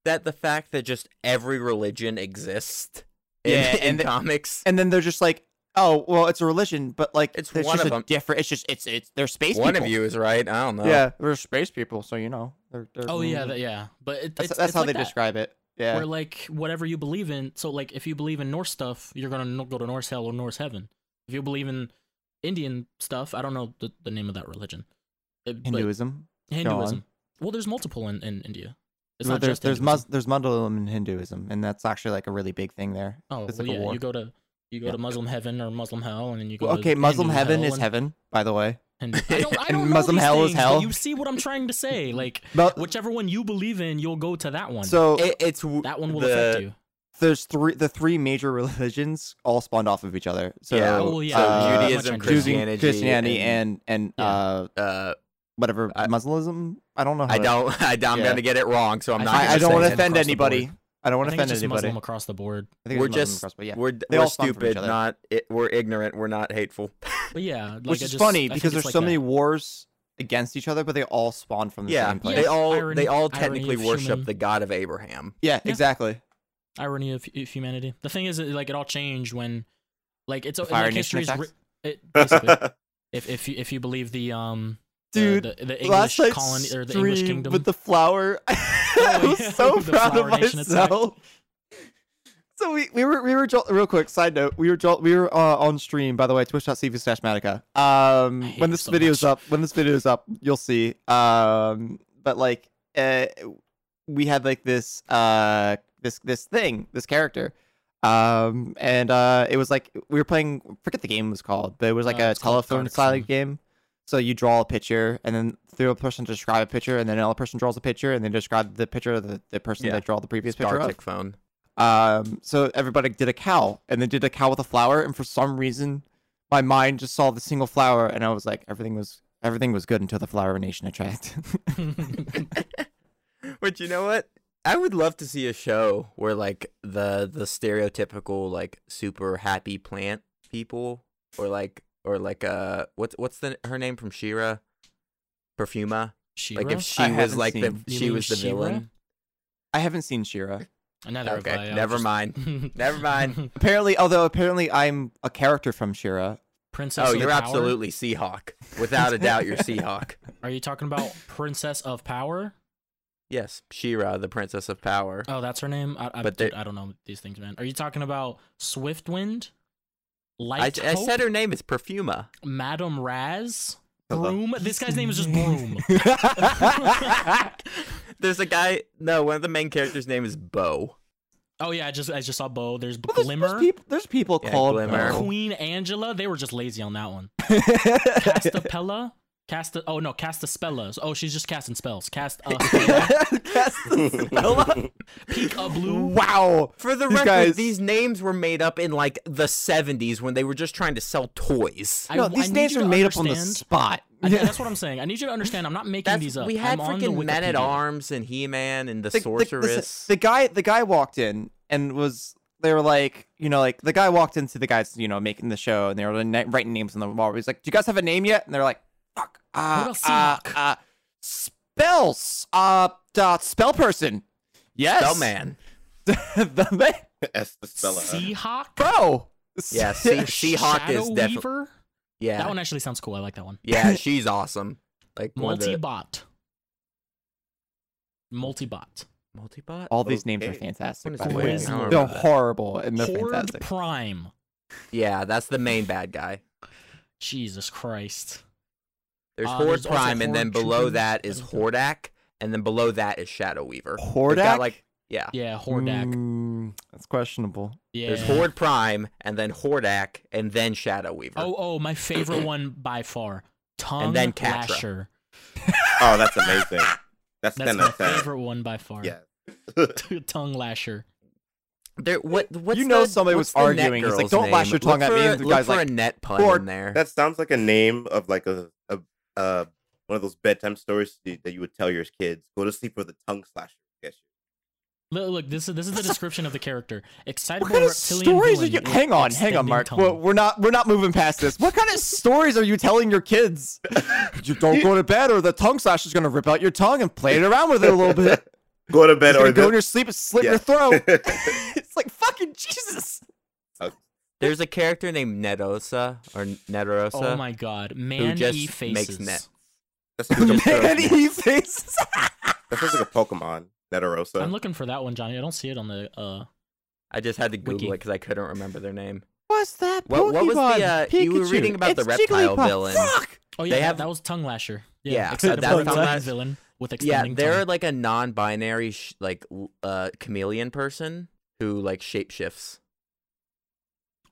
S3: that the fact that just every religion exists in,
S1: Yeah,
S3: in
S1: and the-
S3: comics.
S1: And then they're just like, oh well, it's a religion, but like
S3: It's
S1: there's
S3: one
S1: just
S3: of
S1: a
S3: them.
S1: different. It's just it's it's they're space
S3: One
S1: people.
S3: of you is right. I don't know.
S1: Yeah, they're space people, so you know. They're, they're
S2: Oh yeah, that, yeah. But it,
S1: Mm-hmm. that's
S2: it's,
S1: that's
S2: it's
S1: how
S2: like
S1: they
S2: that.
S1: describe it. Yeah,
S2: Where like whatever you believe in, so like if you believe in Norse stuff, you're gonna no- go to Norse hell or Norse heaven. If you believe in Indian stuff, I don't know the, the name of that religion. It- but
S1: Hinduism.
S2: Hinduism. Well, there's multiple in, in India. It's
S1: Well,
S2: not
S1: there's
S2: just
S1: there's
S2: Hinduism.
S1: Mus- there's Muslim and Hinduism, and that's actually like a really big thing there.
S2: Oh,
S1: it's
S2: well,
S1: like a
S2: yeah.
S1: war.
S2: You go to you go
S1: Yeah.
S2: to Muslim heaven or Muslim hell, and then you go.
S1: Well,
S2: to
S1: okay, Muslim
S2: Hindu
S1: heaven is
S2: and
S1: heaven, by the way.
S2: Hindu- I don't, I
S1: and
S2: don't know
S1: Muslim
S2: these
S1: hell is
S2: things, but
S1: hell.
S2: You see what I'm trying to say? Like
S1: But
S2: whichever one you believe in, you'll go to that one.
S1: so
S3: It, it's w-
S2: that one will
S3: the-
S2: affect you.
S1: there's three the three major religions all spawned off of each other. So
S3: Yeah,
S2: well, yeah,
S3: so
S1: uh,
S2: Oh, Judaism,
S3: Judaism,
S2: Judaism,
S1: Christianity,
S3: Christianity,
S1: Christianity and and
S2: Yeah.
S1: uh
S3: uh,
S1: whatever
S3: I-
S1: Muslimism. I don't know. How
S3: I
S1: to-
S3: don't. I, I'm
S1: Yeah.
S3: gonna get it wrong, so I'm
S2: I
S3: not.
S2: think
S1: I, I
S3: gonna
S1: don't
S3: say
S1: want to
S3: it.
S1: offend
S2: across the board.
S1: anybody. I don't want to
S2: I think
S1: offend
S2: it's just
S1: anybody.
S2: Muslim across the board.
S1: I think it's
S3: We're
S1: Muslim
S3: just-
S1: across, but yeah.
S3: We're
S1: They
S3: we're
S1: all spawn from each
S3: stupid.
S1: other.
S3: Not i- we're ignorant. We're not hateful.
S2: But yeah, like,
S1: which
S2: I
S1: is
S2: just- I
S1: funny
S2: think
S1: because
S2: it's
S1: there's
S2: like
S1: so many
S2: that.
S1: wars against each other, but they all spawn from the
S3: Yeah,
S1: same place.
S3: they
S2: Yes,
S3: all
S2: irony-
S3: they all
S2: irony
S3: technically
S2: of
S3: worship
S2: human-
S3: the God of Abraham.
S1: yeah,
S2: Yeah.
S1: exactly.
S2: irony of hu- humanity. The thing is, that, like, it all changed when, like, it's
S1: Fire
S2: like
S1: Nation
S2: history is. Ri-
S1: attacks?
S2: it, basically, if if you if you believe the um the-
S1: Dude,
S2: the, the,
S1: Last
S2: English
S1: night's
S2: colony or the
S1: stream
S2: English kingdom.
S1: with the flower. I
S2: Oh,
S1: was
S2: yeah,
S1: so
S2: with the
S1: proud of
S2: Flower Nation attack.
S1: myself. So we, we were we were jol- real quick side note we were jol- we were uh, on stream by the way twitch.tv slash matica um
S2: I hate
S1: when
S2: you
S1: this
S2: so
S1: video's
S2: much.
S1: up when this video's up you'll see um but like uh, we had like this uh this this thing this character um and uh it was like we were playing forget the game it was called but it was like
S2: Uh,
S1: a
S2: it's called
S1: telephone
S2: Cardiff
S1: style
S2: Sim.
S1: game so you draw a picture and then the other person to describe a picture and then another person draws a picture and then describe the picture of the, the person
S3: Yeah.
S1: they draw the previous picture of.
S3: Startic phone.
S1: Um, so everybody did a cow and they did a cow with a flower and for some reason my mind just saw the single flower and I was like everything was everything was good until the flower nation attacked.
S3: But you know what? I would love to see a show where like the the stereotypical like super happy plant people or like or like uh what's what's the her name from Shira? Perfuma.
S2: She-Ra?
S3: Like if
S1: I
S3: she was
S1: haven't
S3: like the
S1: seen.
S2: You
S3: she
S2: mean
S3: was the
S2: She-Ra?
S3: villain.
S1: I haven't seen Shira.
S2: Another
S3: Okay,
S2: reply, I'll
S3: never
S2: just-
S3: mind. Never mind.
S1: Apparently, although apparently I'm a character from Shira.
S2: Princess.
S3: Oh,
S2: of
S3: you're
S2: Power?
S3: absolutely Seahawk. Without a doubt, you're Seahawk.
S2: Are you talking about Princess of Power?
S3: Yes, Shira, the Princess of Power.
S2: Oh, that's her name. I, I,
S3: But
S2: dude,
S3: they-
S2: I don't know these things, man. Are you talking about Swiftwind?
S3: I,
S2: Light
S3: I
S2: Hope?
S3: said her name is Perfuma.
S2: Madam Raz.
S4: Hello.
S2: Broom. This guy's name is just Broom.
S3: There's a guy. No, one of the main characters' name is Bo.
S2: oh yeah, I just I just saw Bo. There's
S1: Well, there's,
S2: Glimmer,
S1: There's people, there's people
S3: Yeah,
S1: called
S3: Glimmer.
S1: Bo.
S2: Queen Angela. They were just lazy on that one. Castapella. Casta. Oh no, Castaspellas. Oh, she's just casting spells. Cast a
S1: Castanella?
S2: peak a blue.
S1: wow.
S3: For the
S1: These
S3: record,
S1: guys-
S3: these names were made up in like the 70s when they were just trying to sell toys.
S2: I-
S1: No,
S2: I
S1: these
S2: need
S1: names
S2: you
S1: are
S2: to
S1: made up on the
S2: understand-
S1: spot.
S2: I- that's what I'm saying. I need you to understand. I'm not making
S3: That's,
S2: these up.
S3: we had
S2: I'm on the
S3: freaking Men at
S2: Wikipedia.
S3: Arms and He Man and the,
S1: The- the- listen,
S3: Sorceress.
S1: The, guy, the guy walked in and was. They were like, you know, like the guy walked into the guys, you know, making the show, and they were na- writing names on the wall. He's like, "Do you guys have a name yet?" And they're like, "Fuck, uh,
S2: about
S1: uh,
S2: Seahawk?
S1: uh, spells, uh, uh, spell person, yes,
S3: Spellman.
S6: the man,
S4: S the spell out.
S2: Seahawk.
S6: bro.
S3: Yeah, see- Seahawk is
S2: Shadow
S3: defi-
S2: Weaver?
S3: Yeah.
S2: That one actually sounds cool. I like that one.
S3: yeah, she's awesome. Like
S2: Multi bot. Multi bot.
S3: multi bot.
S1: All these names are
S4: Okay.
S1: fantastic.
S3: What
S1: By
S3: is
S1: the
S2: it?
S1: way.
S2: Wait,
S3: I don't
S1: They're
S3: remember that.
S1: horrible and they're
S2: Horde
S1: fantastic.
S2: Prime.
S3: Yeah, that's the main bad guy.
S2: Jesus Christ.
S3: There's
S2: Uh,
S3: Horde
S2: there's also
S3: Prime, and
S2: Horde
S3: then below
S2: Troopers.
S3: that is Hordak, and then below that is Shadow Weaver. They've
S6: Hordak.
S3: got, like yeah.
S2: Yeah, Hordak.
S1: Mm, that's questionable.
S2: yeah.
S3: There's Horde Prime, and then Hordak, and then Shadow Weaver.
S2: Oh, oh, my favorite one by far. Tongue
S3: And then Catra.
S2: Lasher.
S4: Oh, that's amazing.
S2: That's
S4: That's, 10
S2: my
S4: out of 10.
S2: favorite one by far.
S4: Yeah.
S2: Tongue Lasher.
S3: There, what? What's
S1: You know
S3: the-
S1: somebody
S3: what's
S1: was
S3: the net
S1: arguing, he's like,
S3: girl's
S1: "Don't lash
S3: name?
S1: your tongue
S3: Look
S1: at me,"
S3: for-
S1: and the
S3: look
S1: guy's
S3: for
S1: like,
S3: a net pun
S1: "Horde,
S3: in there.
S4: That sounds like a name of like a, a, a one of those bedtime stories that you would tell your kids. Go to sleep with a tongue slasher. Yes.
S2: Look, look, this is this is the description of the character. Excitable
S6: What kind of
S2: reptilian
S6: stories are
S2: villain
S6: you?
S2: with
S6: Hang on, hang on,
S2: extending
S6: Mark.
S2: tongue.
S6: We're, we're not we're not moving past this. What kind of stories are you telling your kids? You don't go to bed, or the tongue slasher's gonna rip out your tongue and play it around with it a little bit.
S4: Go to
S6: It's
S4: bed
S6: gonna
S4: or
S6: go in
S4: the,
S6: your sleep and slit
S4: Yeah.
S6: your throat. it's like fucking Jesus.
S3: There's a character named Netosa or Netarosa.
S2: Oh my god. Man
S3: just
S2: E
S3: makes
S2: faces.
S3: net.
S4: that sounds like a,
S6: Man, he faces.
S4: that sounds like a Pokemon. Netarosa.
S2: I'm looking for that one, Johnny. I don't see it on the uh
S3: I just had to Google
S2: Wiki.
S3: it because I couldn't remember their name.
S6: What's that?
S3: What- what was the,
S6: Pokemon?
S3: uh, you were
S6: Pikachu.
S3: reading about the
S6: It's
S3: reptile
S6: Jigglypuff.
S3: villain.
S6: Fuck!
S2: Oh yeah,
S3: They
S2: that,
S3: have-
S2: that was Tongue Lasher.
S3: Yeah,
S2: Yeah,
S3: so
S2: excitable
S1: that's Tongue
S2: reptilian
S3: Lash-
S2: villain with
S3: Yeah,
S2: extending
S3: they're
S2: tongue.
S3: like a non-binary sh- like l- uh chameleon person who like shapeshifts.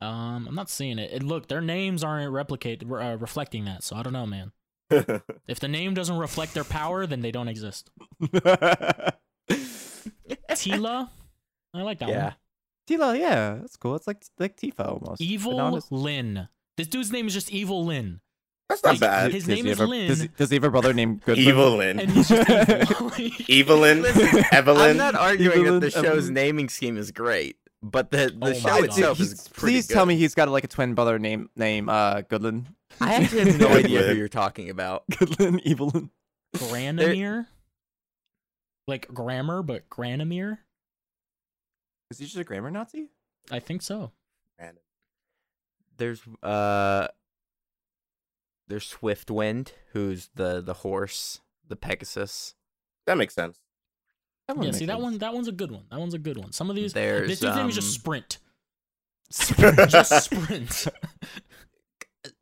S2: Um, I'm not seeing it. it. Look, their names aren't replicate re- uh, reflecting that, so I don't know, man. If the name doesn't reflect their power, then they don't exist. Tila, I like that
S3: Yeah.
S2: one.
S1: Tila, yeah, that's cool. It's like like Tifa almost.
S2: Evil Lin. This dude's name is just Evil Lin,
S4: That's not
S2: Like,
S4: bad.
S2: his name is Lynn.
S1: Uh, Does he, does he have a brother named Goodwin?
S4: Evelyn.
S2: and he's just evil. Like,
S4: Evelyn.
S3: Listen,
S4: Evelyn.
S3: I'm not arguing that the
S1: Evelyn,
S3: show's
S1: Evelyn.
S3: name scheme is great, but the the
S2: Oh my
S3: show
S2: God.
S3: itself
S1: He's-
S3: is pretty
S1: please
S3: good.
S1: tell me he's got like a twin brother named name uh Goodlin.
S3: I actually have no idea who
S4: Evelyn.
S3: you're talking about.
S1: Goodlin, Evelyn.
S2: Granamir, like grammar, but Granamir.
S1: Is he just a grammar Nazi?
S2: I think so.
S3: There's uh there's Swiftwind, who's the the horse, the Pegasus.
S4: that makes sense.
S1: That
S2: yeah,
S1: makes
S2: see that
S1: sense.
S2: one. That one's a good one. That one's a good one. Some of these.
S3: There's
S2: this dude's name is just
S3: um,
S2: Sprint. Sprint just Sprint.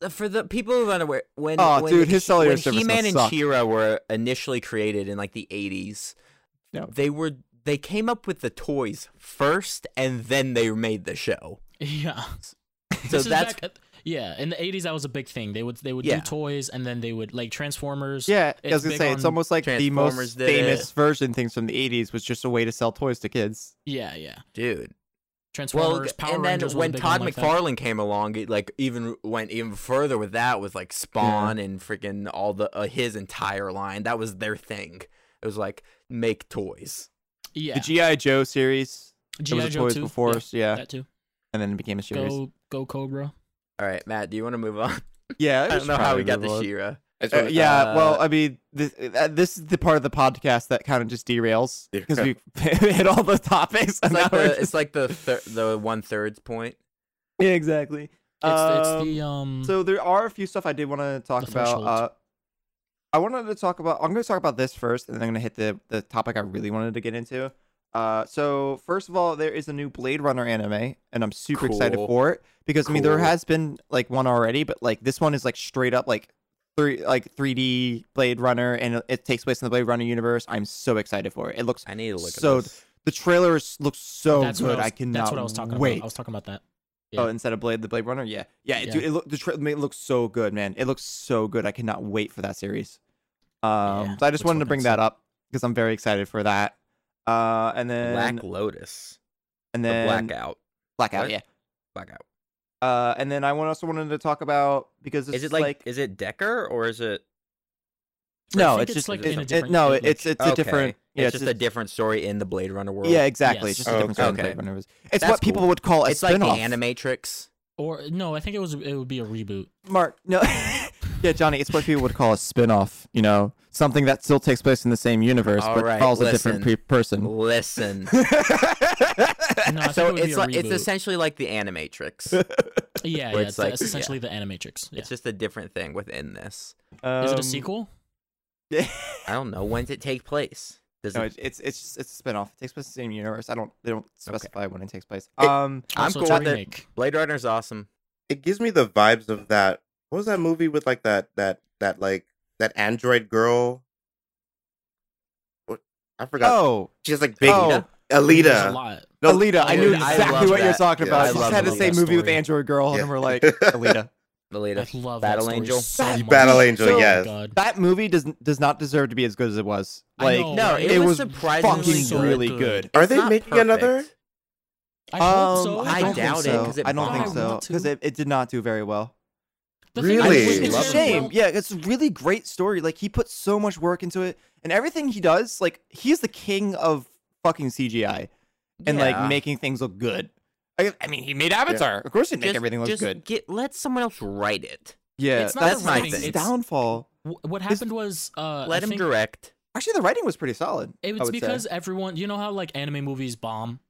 S3: Uh, for the people who are unaware, when
S1: Aw,
S3: when
S1: dude, his
S3: He-
S1: cellular
S3: when
S1: service
S3: He-Man
S1: must
S3: and
S1: suck.
S3: She-Ra were initially created in like the '80s,
S1: No.
S3: they were they came up with the toys first, and then they made the show.
S2: yeah.
S3: So
S2: This is
S3: that's
S2: back at- yeah. In the '80s, that was a big thing. They would they would
S3: Yeah.
S2: do toys, and then they would like Transformers.
S1: Yeah, I
S2: It's
S1: was gonna
S2: big
S1: say it's
S2: on
S1: almost like the
S3: Transformers
S1: most
S3: did it.
S1: famous version things from the '80s was just a way to sell toys to kids.
S2: yeah, yeah.
S3: dude. Well,
S2: Transformers, Power
S3: and then
S2: Rangers. was a
S3: when
S2: big
S3: Todd
S2: one like that.
S3: McFarlane came along, it like even went even further with that with like Spawn and freaking all the uh, his entire line. That was their thing. It was like make toys.
S2: yeah,
S1: The GI Joe series,
S2: G.I.
S1: there was a
S2: Joe
S1: toys
S2: too.
S1: before, so yeah.
S2: that too.
S1: and then it became a series.
S2: Go, go Cobra.
S3: All right, Matt, do you want to move on?
S1: Yeah,
S3: I don't know how we got to She-Ra.
S4: I just
S1: Uh,
S4: wanna-
S1: yeah, well,
S3: Uh,
S1: I mean, this, uh, this is the part of the podcast that kind of just derails
S4: Yeah.
S1: because we hit all the topics.
S3: It's
S1: and
S3: like
S1: now we're
S3: the, it's
S1: just-
S3: like the thir- the one thirds point.
S1: yeah, exactly.
S2: It's, it's the um.
S1: So there are a few stuff I did want to talk
S2: The
S1: about.
S2: threshold.
S1: Uh, I wanted to talk about. I'm going to talk about this first, and then I'm going to hit the the topic I really wanted to get into. Uh, so first of all, there is a new Blade Runner anime, and I'm super excited
S3: Cool.
S1: for it because I mean there
S3: Cool.
S1: has been like one already, but like this one is like straight up like three like 3D Blade Runner, and it, it takes place in the Blade Runner universe. I'm so excited for it. It looks
S3: I need to look
S1: So
S3: at this.
S1: the trailer is- looks so
S2: that's
S1: Oh, good.
S2: What I, was,
S1: cannot
S2: that's what I was talking
S1: wait.
S2: about. I was talking about that.
S1: Oh,
S2: Yeah.
S1: instead of Blade, the Blade Runner. Yeah, yeah, it-
S2: Yeah.
S1: dude. It look the tra- it looks so good, man. It looks so good. I cannot wait for that series. Um,
S2: Yeah,
S1: so I just
S2: looks
S1: wanted to
S2: fucking
S1: bring that up because I'm very excited for that. Uh, and then
S3: Black Lotus,
S1: and
S3: the
S1: then
S3: blackout,
S1: blackout,
S3: What?
S1: yeah.
S3: blackout.
S1: Uh, and then I want- also wanted to talk about because this
S3: Is it like, is it Decker or is it?
S1: no,
S2: think
S1: it's
S2: it's
S1: just
S2: like
S1: it-
S2: in a
S1: it-
S2: different-
S1: no,
S2: like-
S1: it's it's a
S3: Okay.
S1: different yeah,
S3: it's, just, a different story in the Blade Runner world.
S1: yeah, exactly.
S2: Yes.
S1: It's just a different
S4: Okay.
S1: sort of Blade
S3: Okay.
S1: Runner. It's what
S3: That's
S1: people
S3: cool.
S1: would call a
S3: it's like the
S1: spin-off.
S3: Animatrix.
S2: Or no, I think it was it would be a reboot.
S1: Mark, no, yeah, Johnny, it's what people would call a spin-off. You know, something that still takes place in the same universe,
S3: All
S1: but
S3: right,
S1: follows a different
S3: listen.
S1: pe- person.
S3: Listen.
S2: No, I think it
S3: so
S2: would be
S3: it's
S2: a
S3: like it's
S2: reboot.
S3: essentially like the Animatrix.
S2: Yeah, yeah.
S3: Where
S2: It's,
S3: it's like-
S2: it's essentially the Animatrix. Yeah.
S3: It's just a different thing within this.
S2: Is it
S1: Um,
S2: a sequel?
S3: I don't know. When does it take place? Does
S1: No,
S3: it,
S1: it's it's it's just- it's a spinoff. It takes place in the same universe. I don't they don't specify when it takes place.
S4: It-
S1: Um,
S3: I'm
S2: Also,
S3: cool
S2: it's a
S3: with it.
S2: remake.
S3: Blade Runner's awesome.
S4: It gives me the vibes of that. What was that movie with like that that that like that android girl? What I forgot.
S1: oh,
S4: she has like big
S1: oh,
S2: There's a
S4: Alita.
S2: lot.
S4: No,
S1: Alita! I knew
S3: Dude, I
S1: exactly
S3: love
S1: what you're
S3: that.
S1: talking
S4: Yeah,
S1: about.
S4: I
S1: She just
S4: love
S1: had the
S4: that
S1: same movie with
S2: story.
S1: Android Girl,
S4: Yeah.
S1: and we're like, Alita.
S3: The
S2: I
S3: latest.
S2: love
S3: Battle
S2: that story
S3: Angel.
S2: So
S4: You
S2: much.
S4: Battle Angel,
S2: Oh my
S4: yes.
S2: God.
S1: That movie does does not deserve to be as good as it was.
S2: I
S1: Like,
S2: know.
S3: No, it,
S1: it
S3: was,
S1: was
S3: surprisingly
S1: fucking
S2: so
S1: really
S2: good.
S1: good.
S4: Are
S3: It's
S4: they
S3: not
S4: making another?
S3: perfect.
S2: I
S1: Um,
S2: hope so.
S3: I
S1: don't think
S3: doubt it,
S1: so.
S3: 'cause it
S1: I don't think
S2: bombed.
S1: so
S2: Want to?
S1: because it, it did not do very well.
S2: The thing is,
S4: Really?
S2: it's-
S4: It's
S1: It's a
S4: a Love
S2: very
S1: shame.
S2: well-
S1: Yeah, it's a really great story. Like he put so much work into it, and everything he does, like he's the king of fucking CGI and
S3: Yeah.
S1: like making things look good. I, I mean, he made Avatar. Of course, he make
S3: Just-
S1: everything look
S3: just
S1: good.
S3: Get let someone else write it.
S1: Yeah,
S2: It's not
S1: that's
S3: the writing,
S1: that's his
S2: it's-
S1: downfall.
S2: Wh- What happened was uh,
S3: Let
S2: I
S3: him
S2: think
S3: direct.
S1: Actually, the writing was pretty solid.
S2: It
S1: I
S2: was
S1: would say.
S2: because everyone, you know how like anime movies bomb.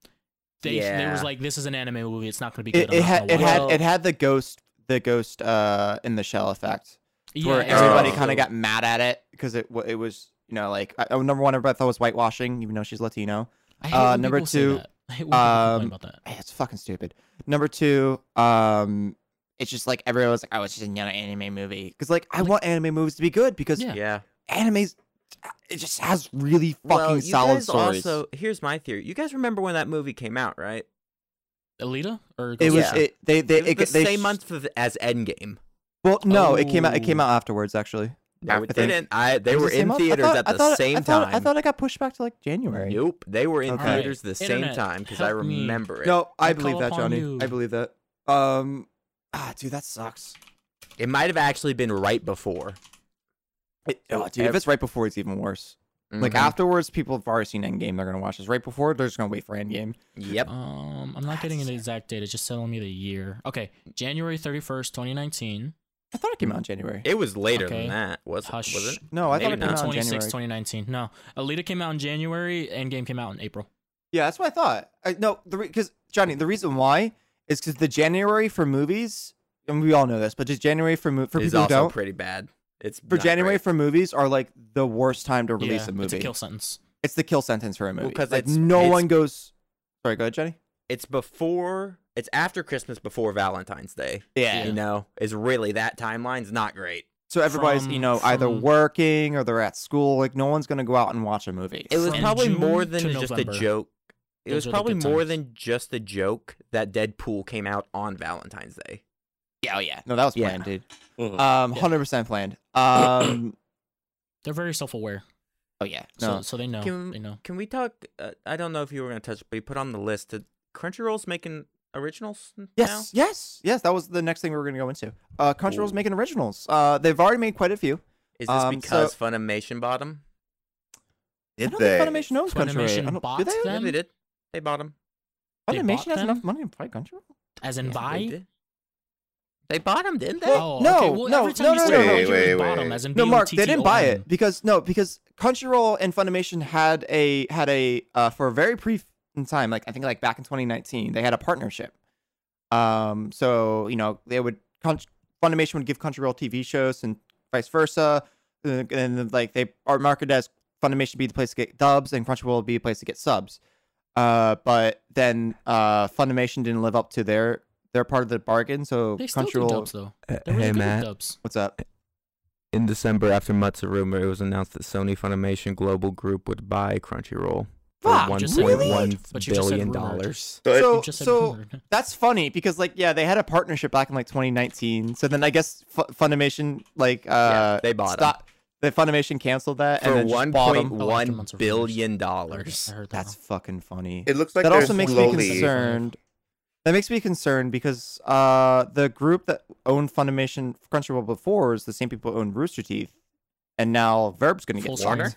S2: They they
S3: Yeah.
S2: was like, this is an anime movie. It's not going to be good.
S1: it, it
S2: I'm not
S1: had
S2: gonna
S1: it
S2: watch
S1: had
S3: Well-
S1: it had the ghost the ghost uh in the shell effect
S2: it.
S1: where
S2: Yeah,
S1: everybody
S4: Oh.
S1: kind of got mad at it because it wa- it was you know like I, oh, number one everybody thought was whitewashing even though she's Latino.
S2: I hate
S1: uh,
S2: when
S1: number
S2: people say
S1: two,
S2: that. I hate when people
S1: um,
S2: complain about that.
S1: Hey, it's fucking stupid. Number two, um, it's just like everyone was like, oh, it's just another anime movie because like I want anime movies to be good because
S2: Yeah.
S3: Yeah.
S1: animes uh, it just has really fucking
S3: Well, you
S1: solid
S3: guys
S1: stories.
S3: also here's my theory. You guys remember when that movie came out, right?
S2: Alita or
S1: it was
S2: Ghostbusters?
S3: Yeah.
S1: it, they they
S3: It was
S1: it, they
S3: the same month of, as Endgame.
S1: Well, no, it came out. It
S2: Oh.
S1: came out afterwards actually.
S3: No,
S1: I
S3: it
S1: think-
S3: didn't. I they
S1: Was it the
S3: were
S1: same
S3: in
S1: month? I
S3: theaters
S1: thought-
S3: at
S1: I
S3: the
S1: thought it-
S3: same
S1: I thought,
S3: time.
S1: I thought it got pushed back to like January.
S3: Nope, they were in
S1: Okay.
S3: theaters the same
S2: Internet,
S3: time because I
S2: help me.
S3: remember it.
S1: No, I
S2: I
S1: believe
S2: call
S1: that,
S2: upon
S1: Johnny.
S2: you.
S1: I believe that. Um, ah, dude, that sucks.
S3: It might have actually been right before.
S1: It- oh, dude, if it's right before, it's even worse. Like
S3: Mhm.
S1: afterwards, people have already seen Endgame. They're gonna watch this. Right before, they're just gonna wait for Endgame.
S3: Yep.
S2: Um, I'm not getting an exact date. It's just telling me the year. Okay, January 31st, 2019.
S1: I thought it came out in January.
S3: Mm. It was later
S2: Okay.
S3: than that, was it?
S2: Hush.
S3: Was it?
S1: no, I thought
S3: maybe
S1: it came
S3: not.
S1: out in
S2: 26,
S1: January.
S2: 2019. No, Alita came out in January. Endgame came out in April.
S1: Yeah, that's what I thought. I, no, the because Johnny, the reason why is because the January for movies, and we all know this, but just January for mo- for
S3: It's
S1: people who
S3: also
S1: don't.
S3: pretty bad. It's
S1: for
S3: not
S1: January
S3: great.
S1: for movies are like the worst time to release
S2: yeah,
S1: a movie.
S2: It's a kill sentence.
S1: It's the kill sentence for a movie.
S3: 'cause
S1: like
S3: it's-
S1: no
S3: it's-
S1: one goes. Sorry, go ahead, Jenny.
S3: It's before. It's after Christmas, before Valentine's Day.
S2: Yeah.
S3: You know, is really that timeline's not great.
S1: So everybody's you
S2: From-
S1: know either
S2: from-
S1: working or they're at school. Like no one's gonna go out and watch a movie.
S3: It was
S2: From
S3: probably
S2: June
S3: more than
S2: to
S3: just a
S2: November.
S3: joke. It
S2: Those
S3: was
S2: are the
S3: probably
S2: good
S3: more
S2: times.
S3: than just a joke that Deadpool came out on Valentine's Day.
S1: yeah, oh yeah. No, that was
S3: Yeah.
S1: planned, dude.
S4: Mhm.
S1: Um, hundred percent planned. Um,
S2: They're very self-aware,
S1: oh yeah.
S2: so
S1: No,
S2: so they know.
S3: Can-
S2: they know.
S3: Can we talk? Uh, I don't know if you were going to touch, but you put on the list. Did Crunchyroll's making originals n- now?
S1: Yes, yes, yes. That was the next thing we were going to go into. Uh, Crunchyroll's
S4: Ooh.
S1: making originals. Uh, they've already made quite a few.
S3: Is this
S1: Um,
S3: because Funimation bought them?
S1: I
S4: Did
S1: don't
S4: they?
S1: think Funimation owns Crunchyroll. I
S2: Funimation
S1: don't-
S2: bought
S1: do they?
S3: Yeah,
S2: them
S3: they did. They bought them.
S2: They
S1: Funimation
S2: bought
S1: has enough
S2: them?
S1: money to buy Crunchyroll.
S2: as in
S3: They,
S2: buy.
S3: did. they bought them, didn't they?
S2: Oh,
S1: No,
S2: okay. Well,
S1: no,
S2: every time
S1: no,
S2: you
S1: no,
S2: say
S1: no,
S2: that,
S1: no.
S2: you
S4: Wait,
S2: mean
S4: wait,
S2: bottom,
S4: wait.
S2: as in
S1: No, Mark, they didn't buy
S2: B-O-T-T-O-M.
S1: it because no, because Crunchyroll and Funimation had a had a uh, for a very brief in time, like I think like back in 2019, they had a partnership. Um, so you know they would Crunch- Funimation would give Crunchyroll TV shows and vice versa, uh, and then, like they are marketed as Funimation would be the place to get dubs and Crunchyroll would be the place to get subs. Uh, but then uh, Funimation didn't live up to their their part of the bargain, so
S2: They still do
S1: Crunchyroll.
S2: dubs though.
S3: Uh,
S2: They're really good at dubs.
S1: What's up?
S3: In December, after months of rumor, it was announced that Sony Funimation Global Group would buy Crunchyroll for
S1: Fuck,
S3: one
S2: just
S1: said
S3: point
S2: rumor.
S3: one
S2: But you just said
S3: billion
S2: rumor.
S3: dollars.
S4: So it-
S1: So-
S2: You just said
S1: so-
S2: rumor.
S1: That's funny because like yeah, they had a partnership back in like 2019. So then I guess F- Funimation like uh
S3: Yeah, they bought 'em.
S1: stop- The Funimation canceled that
S3: For
S1: and then
S3: one
S1: just bought 'em.
S2: Oh,
S3: point one
S2: months of rumors.
S3: billion
S2: I heard that-
S3: dollars.
S2: I heard that
S1: That's
S2: one.
S1: fucking funny.
S4: it looks like
S1: that
S4: they're
S1: also makes
S4: slowly.
S1: me concerned. That makes me concerned because uh the group that owned Funimation Crunchyroll before is the same people who owned Rooster Teeth, and now Verb's gonna
S2: Full
S1: get
S2: screen.
S1: bought.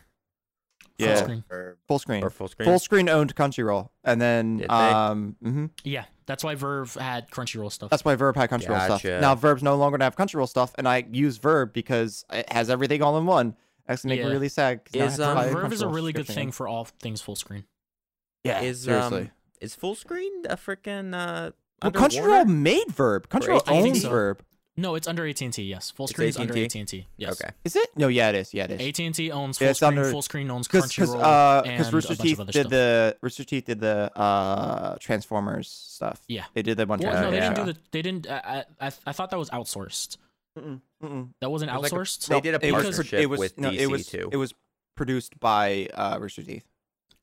S2: Full
S1: Yeah.
S2: screen.
S4: Or-
S1: Full screen.
S3: Or full screen.
S1: Full screen owned Crunchyroll, and then
S3: Did they?
S1: um mhm.
S2: Yeah, that's why Verve had Crunchyroll stuff.
S1: That's why Verb had Crunchyroll stuff.
S3: Gotcha.
S1: Now Verb's no longer gonna have Crunchyroll stuff, and I use Verb because it has everything all in one. That's gonna make
S2: Yeah.
S1: me really sad. 'cause now I
S3: Is,
S1: have to
S3: um,
S1: buy a
S2: Verve is a
S1: Crunchyroll
S2: really good
S1: subscription.
S2: thing for all things full screen.
S1: Yeah,
S3: Is,
S1: seriously.
S3: um, Is full screen a freaking uh?
S1: well,
S3: under
S1: Crunchyroll
S3: Warner?
S1: made Verb. Crunchyroll
S3: AT&T?
S1: owns
S2: So-
S1: Verb.
S2: No, it's under AT and T. Yes, full
S3: It's
S2: screen is under AT
S3: AT&T?
S2: and T. Yes.
S3: Okay.
S1: Is it? No, yeah, it is. Yeah, it is.
S2: AT and T owns full
S1: Yeah, it's
S2: screen.
S1: under-
S2: full screen owns
S1: because because
S2: Crunchyroll
S1: uh, 'cause
S2: and
S1: Rooster
S2: a bunch
S1: Teeth
S2: of other
S1: did
S2: stuff.
S1: the Rooster Teeth did the uh Transformers stuff.
S2: Yeah.
S1: they did that one.
S2: Well,
S1: time.
S2: no, they
S3: yeah.
S2: didn't do the. They didn't. I, I I- I thought that was outsourced.
S1: Mm-mm, mm-mm.
S2: That wasn't
S3: It was like a-
S2: outsourced.
S3: They did a
S1: It was
S3: partnership
S1: pro- it was,
S3: with
S1: no,
S3: DC
S1: it was,
S3: too.
S1: It was produced by uh, Rooster Teeth.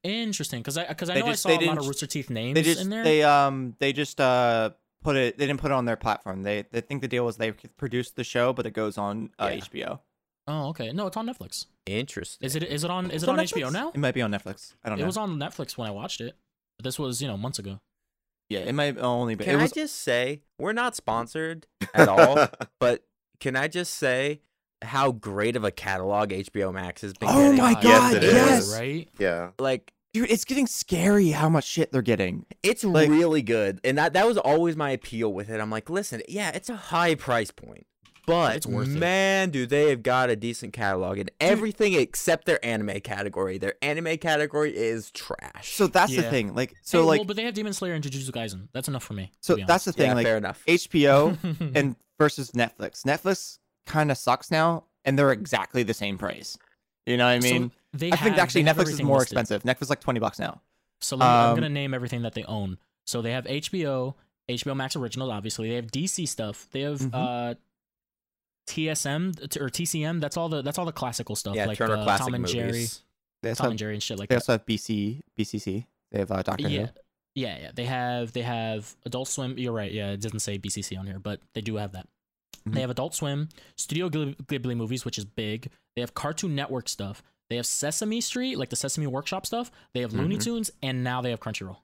S2: Interesting, because I because I
S1: They
S2: know
S1: just- they
S2: I saw a lot of
S1: didn't-
S2: Rooster Teeth names
S1: They just
S2: in there.
S1: they um they just uh put it. They didn't put it on their platform. They they think the deal was they produced the show, but it goes on uh,
S3: Yeah.
S1: HBO.
S2: oh, okay. No, it's on Netflix.
S3: Interesting.
S2: Is it is it on is
S1: It's
S2: it on
S1: on
S2: HBO
S1: Netflix?
S2: now?
S1: It might be on Netflix. I don't
S2: It
S1: know.
S2: was on Netflix when I watched it. But this was you know months ago.
S1: yeah, it might only be.
S3: Can
S1: it was
S3: I just say we're not sponsored at all? but can I just say how great of a catalog HBO Max has been?
S1: Oh
S3: getting?
S1: my
S2: Wow.
S4: God, Yes, it yes. is.
S2: Right.
S4: yeah.
S3: Like
S1: dude, it's getting scary how much shit they're getting.
S3: it's
S1: Like-
S3: really good, and that that was always my appeal with it. I'm like, listen, yeah, it's a high price point, but
S2: It's worth it.
S3: man, do they have got a decent catalog in everything except their anime category. Their anime category is trash.
S1: So that's
S2: Yeah.
S1: the thing. Like so
S2: So like,
S1: like
S2: well, but they have Demon Slayer and Jujutsu Kaisen. That's enough for me. to
S1: so
S2: be
S1: that's the thing.
S3: yeah,
S1: like
S3: fair enough.
S1: HBO
S2: honest.
S1: and versus Netflix. Netflix kind of sucks now, and they're exactly the same price. You know what I
S2: So
S1: mean?
S2: they
S1: I think
S2: have-
S1: actually
S2: they have
S1: Netflix is
S2: everything
S1: more
S2: listed.
S1: expensive. Netflix is like twenty bucks now.
S2: So let me- I'm
S1: Um,
S2: gonna name everything that they own. So they have HBO, HBO Max Originals, obviously. They have DC stuff. They have
S1: Mhm.
S2: uh, TSM t- or TCM. That's all the that's all the classical stuff.
S3: yeah,
S2: like
S3: Turner
S2: uh,
S3: Classic
S2: Tom and Jerry,
S3: Movies.
S1: They also,
S2: Tom
S1: have,
S2: and Jerry and shit like
S1: they
S2: that.
S1: also have BC BCC. They have uh, Doctor
S2: Yeah,
S1: Who.
S2: yeah, yeah. They have they have Adult Swim. You're right. Yeah, it doesn't say BCC on here, but they do have that.
S1: Mhm.
S2: They have Adult Swim, Studio Ghib- Ghibli movies, which is big. They have Cartoon Network stuff. They have Sesame Street, like the Sesame Workshop stuff. They have Looney
S1: Mm-hmm.
S3: Mhm.
S2: Tunes, and now they have Crunchyroll.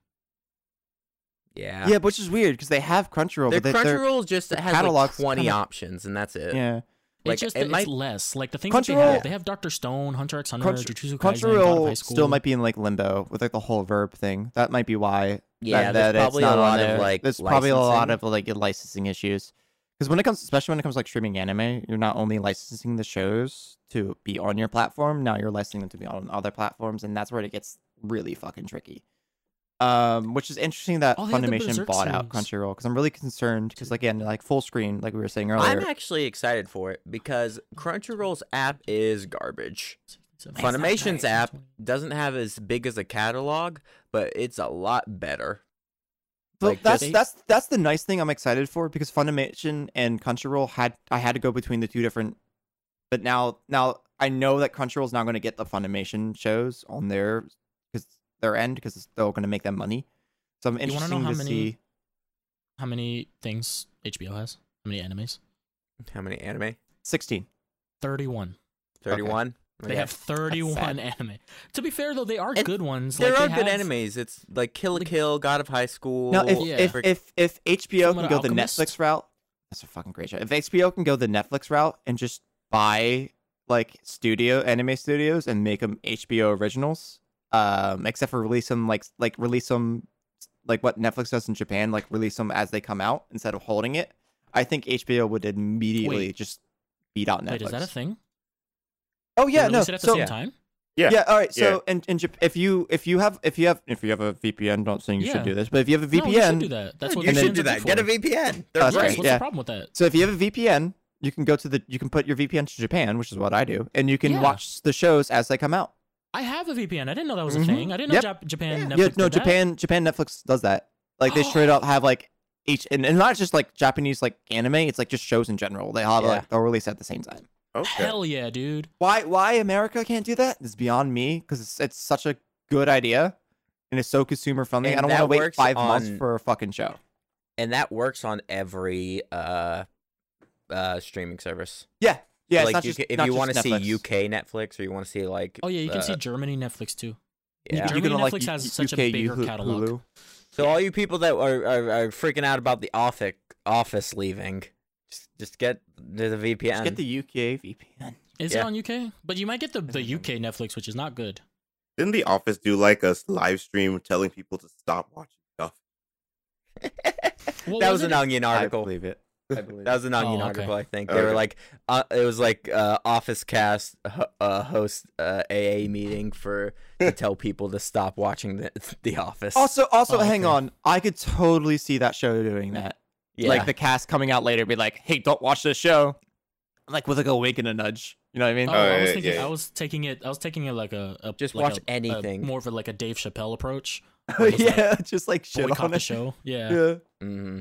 S3: Yeah.
S1: Yeah. which is weird because they have Crunchyroll,
S3: Their
S1: but they, they're
S3: Crunchyroll just
S1: the
S3: has like
S1: catalog's
S3: 20
S1: kinda-
S3: options, and that's it.
S1: yeah.
S3: Like,
S2: it's just
S3: it
S2: that
S3: might-
S2: it's less. Like the things that they have,
S1: Crunchyroll-
S2: they have Doctor Stone, Hunter X Hunter,
S1: Crunch-
S2: Jujutsu Kaisen, God of High
S1: Crunchyroll
S2: School.
S1: still might be in like limbo with like the whole verb thing. That might be why. that,
S3: Yeah, there's
S1: that it's
S3: probably a
S1: not on
S3: lot
S1: there.
S3: of like.
S1: there's probably a lot
S3: licensing.
S1: of like licensing issues. Because when it comes, especially when it comes to, like streaming anime, you're not only licensing the shows to be on your platform, now you're licensing them to be on other platforms, and that's where it gets really fucking tricky. Um, which is interesting that
S2: Oh, they have the
S1: Funimation
S2: Berserk
S1: bought out
S2: series.
S1: Crunchyroll because I'm really concerned because again, like full screen, like we were saying earlier,
S3: I'm actually excited for it because Crunchyroll's app is garbage. Funimation's app doesn't have as big as a catalog, but it's a lot better.
S1: Well,
S3: Like,
S1: that's
S2: just-
S1: that's that's the nice thing I'm excited for because Funimation and Crunchyroll had I had to go between the two different, but now now I know that Crunchyroll's now going to get the Funimation shows on their because their end because it's still going to make them money. So I'm
S2: wanna know
S1: interesting
S2: how
S1: to
S2: many-
S1: see.
S2: How many things HBO has? How many animes?
S3: How many anime?
S1: Sixteen.
S2: Thirty-one.
S3: 31.
S2: They
S3: Okay.
S2: have thirty-one anime. To be fair though, they are
S3: And
S2: good ones.
S3: There
S2: like,
S3: are
S2: they
S3: good
S2: have-
S3: animes. It's like Kill a
S2: Like-
S3: Kill, God of High School.
S1: Now if
S2: yeah.
S1: if,
S3: frick-
S1: if if HBO
S2: Fullmetal
S1: can go the
S2: Alchemist?
S1: Netflix route, that's a fucking great show. If HBO can go the Netflix route and just buy like studio anime studios and make them HBO originals, um, except for release them like like release them like what Netflix does in Japan, like release them as they come out instead of holding it. I think HBO would immediately
S2: Wait.
S1: just beat out Netflix.
S2: Wait, is that a thing?
S1: Oh
S2: They
S1: yeah, no.
S2: release it at the
S1: so
S2: same time.
S4: Yeah.
S1: yeah. all right.
S4: Yeah.
S1: So, and in, Jap if you if you have if you have if you have a VPN, I'm not saying you
S2: Yeah.
S1: should do this, but if you have a
S2: No, you should
S1: VPN,
S2: do that. That's what
S3: you
S1: and
S2: VPNs
S1: then-
S2: are
S3: should do
S2: good
S3: that.
S2: for.
S3: Get a VPN. They're
S1: That's
S2: Yes,
S3: great.
S1: right.
S2: What's
S1: yeah.
S2: the problem with that?
S1: So if you have a VPN, you can go to the you can put your VPN to Japan, which is what I do, and you can
S2: Yeah.
S1: watch the shows as they come out.
S2: I have a VPN. I didn't know that was a
S1: Mhm.
S2: thing. I didn't know
S1: Yep.
S2: Jap- Japan. Netflix
S1: yeah, no,
S2: did that.
S1: Japan Japan Netflix does that. Like
S3: Oh.
S1: they straight up have like each and, and not just like Japanese like anime, it's like just shows in general. They have
S3: Yeah.
S1: like they'll release at the same time.
S4: Okay.
S2: Hell yeah, dude.
S1: Why why America can't do that is beyond me because it's it's such a good idea and it's so consumer friendly.
S3: And
S1: I don't
S3: that
S1: want to wait
S3: works
S1: five months
S3: on-
S1: for a fucking show.
S3: And that works on every uh, uh, streaming service.
S1: Yeah. Yeah, it's
S3: like
S1: not
S3: you
S1: just,
S3: ca- if
S1: not
S3: you
S1: just
S3: want to see
S1: Netflix.
S3: UK Netflix or you want to see like
S2: Oh yeah, you can
S3: uh,
S2: see Germany Netflix too.
S3: yeah.
S2: Germany Netflix has
S1: U-
S2: such a bigger
S1: Hulu-
S2: catalog.
S1: Hulu.
S3: So all you people that are, are, are freaking out about the office office leaving, just just get the, the VPN.
S1: Just get the UK VPN.
S2: Is
S3: Yeah.
S2: it on UK? But you might get the, the
S1: think so.
S2: UK Netflix, which is not good.
S4: Didn't the office do like a live stream telling people to stop watching stuff?
S2: Well,
S3: that was
S2: wasn't
S3: an
S2: it-
S3: Onion article.
S1: believe it.
S3: I believe. That was a non
S2: Oh,
S3: Unihawker
S2: okay.
S3: play. I think they were
S4: Okay.
S3: like, uh, it was like uh, office cast ho- uh, host uh, AA meeting for to tell people to stop watching the the Office.
S1: Also, also,
S2: Oh,
S1: hang
S2: okay.
S1: on. I could totally see that show doing that.
S3: yeah,
S1: Like the cast coming out later, be like, "Hey, don't watch this show," like with like a wink and a nudge. You know what I mean?
S2: Oh,
S4: Oh,
S2: I was
S4: yeah,
S2: thinking.
S4: yeah.
S2: I was taking it. I was taking it like a, a
S3: Just
S2: like
S3: watch
S2: a- a-
S3: anything.
S2: more of a, like a Dave Chappelle approach. was like,
S1: yeah, just like shit
S2: Boycott
S1: on
S2: the
S1: it.
S2: show. Yeah.
S1: Yeah.
S3: hmm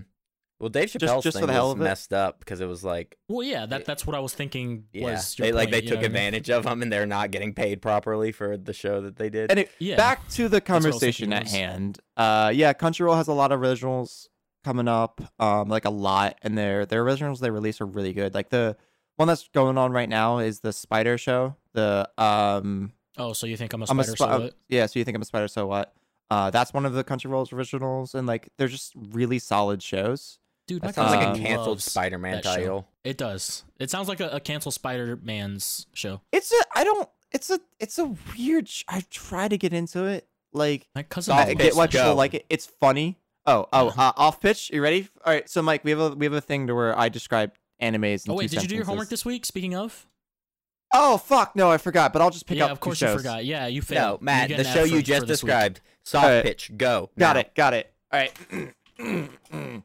S3: Well, Dave Chappelle's
S1: just for
S3: thing
S1: the hell
S3: was
S1: of it.
S3: messed up because it was like,
S2: Well, yeah. That that's what I was thinking.
S3: yeah,
S2: Was your
S3: they like they
S2: point, you know
S3: took
S2: what I mean?
S3: advantage of them and they're not getting paid properly for the show that they did.
S1: And it,
S2: Yeah.
S1: back to the
S2: what I was thinking
S1: conversation at
S2: was-
S1: hand. Uh, yeah, Crunchyroll has a lot of originals coming up, um, like a lot, and their their originals they release are really good. Like the one that's going on right now is the Spider Show. The um,
S2: Oh, so you think I'm a
S1: I'm a
S2: spider?
S1: spi- uh,
S2: so
S1: I'm-
S2: what?
S1: yeah. So you think I'm a spider? So what? Uh, that's one of the Crunchyroll's originals, and like they're just really solid shows.
S2: Dude,
S1: that
S2: my
S1: sounds
S3: sounds
S2: cousin
S3: like a
S1: Uh,
S3: canceled
S2: loves-
S3: Spider Man
S2: that show.
S3: title.
S2: It does. It sounds like a, a cancel Spider Man's show.
S1: It's a I don't. It's a it's a weird. Sh- I try to get into it. Like
S2: My cousin.
S1: I
S3: Off
S1: get
S3: pitch,
S1: why
S2: watch.
S1: people
S3: go.
S1: like it. It's funny. Oh, oh,
S2: Uh-huh.
S1: uh, off pitch. You ready? All right. So, Mike, we have a we have a thing to where I describe animes. In
S2: Oh wait,
S1: two
S2: did you do your homework
S1: sentences.
S2: this week? Speaking of,
S1: Oh fuck, no, I forgot. But I'll just pick
S2: yeah,
S1: up.
S2: of
S1: two
S2: course you
S1: shows.
S2: forgot. Yeah, you
S3: No,
S2: failed. You
S3: Matt,
S2: get
S3: the
S2: an
S3: show
S2: ad
S3: you
S2: for-
S3: just
S2: for this week.
S3: described. Soft
S1: Alright.
S3: pitch, go.
S1: Got
S3: now.
S1: it. Got it. All right.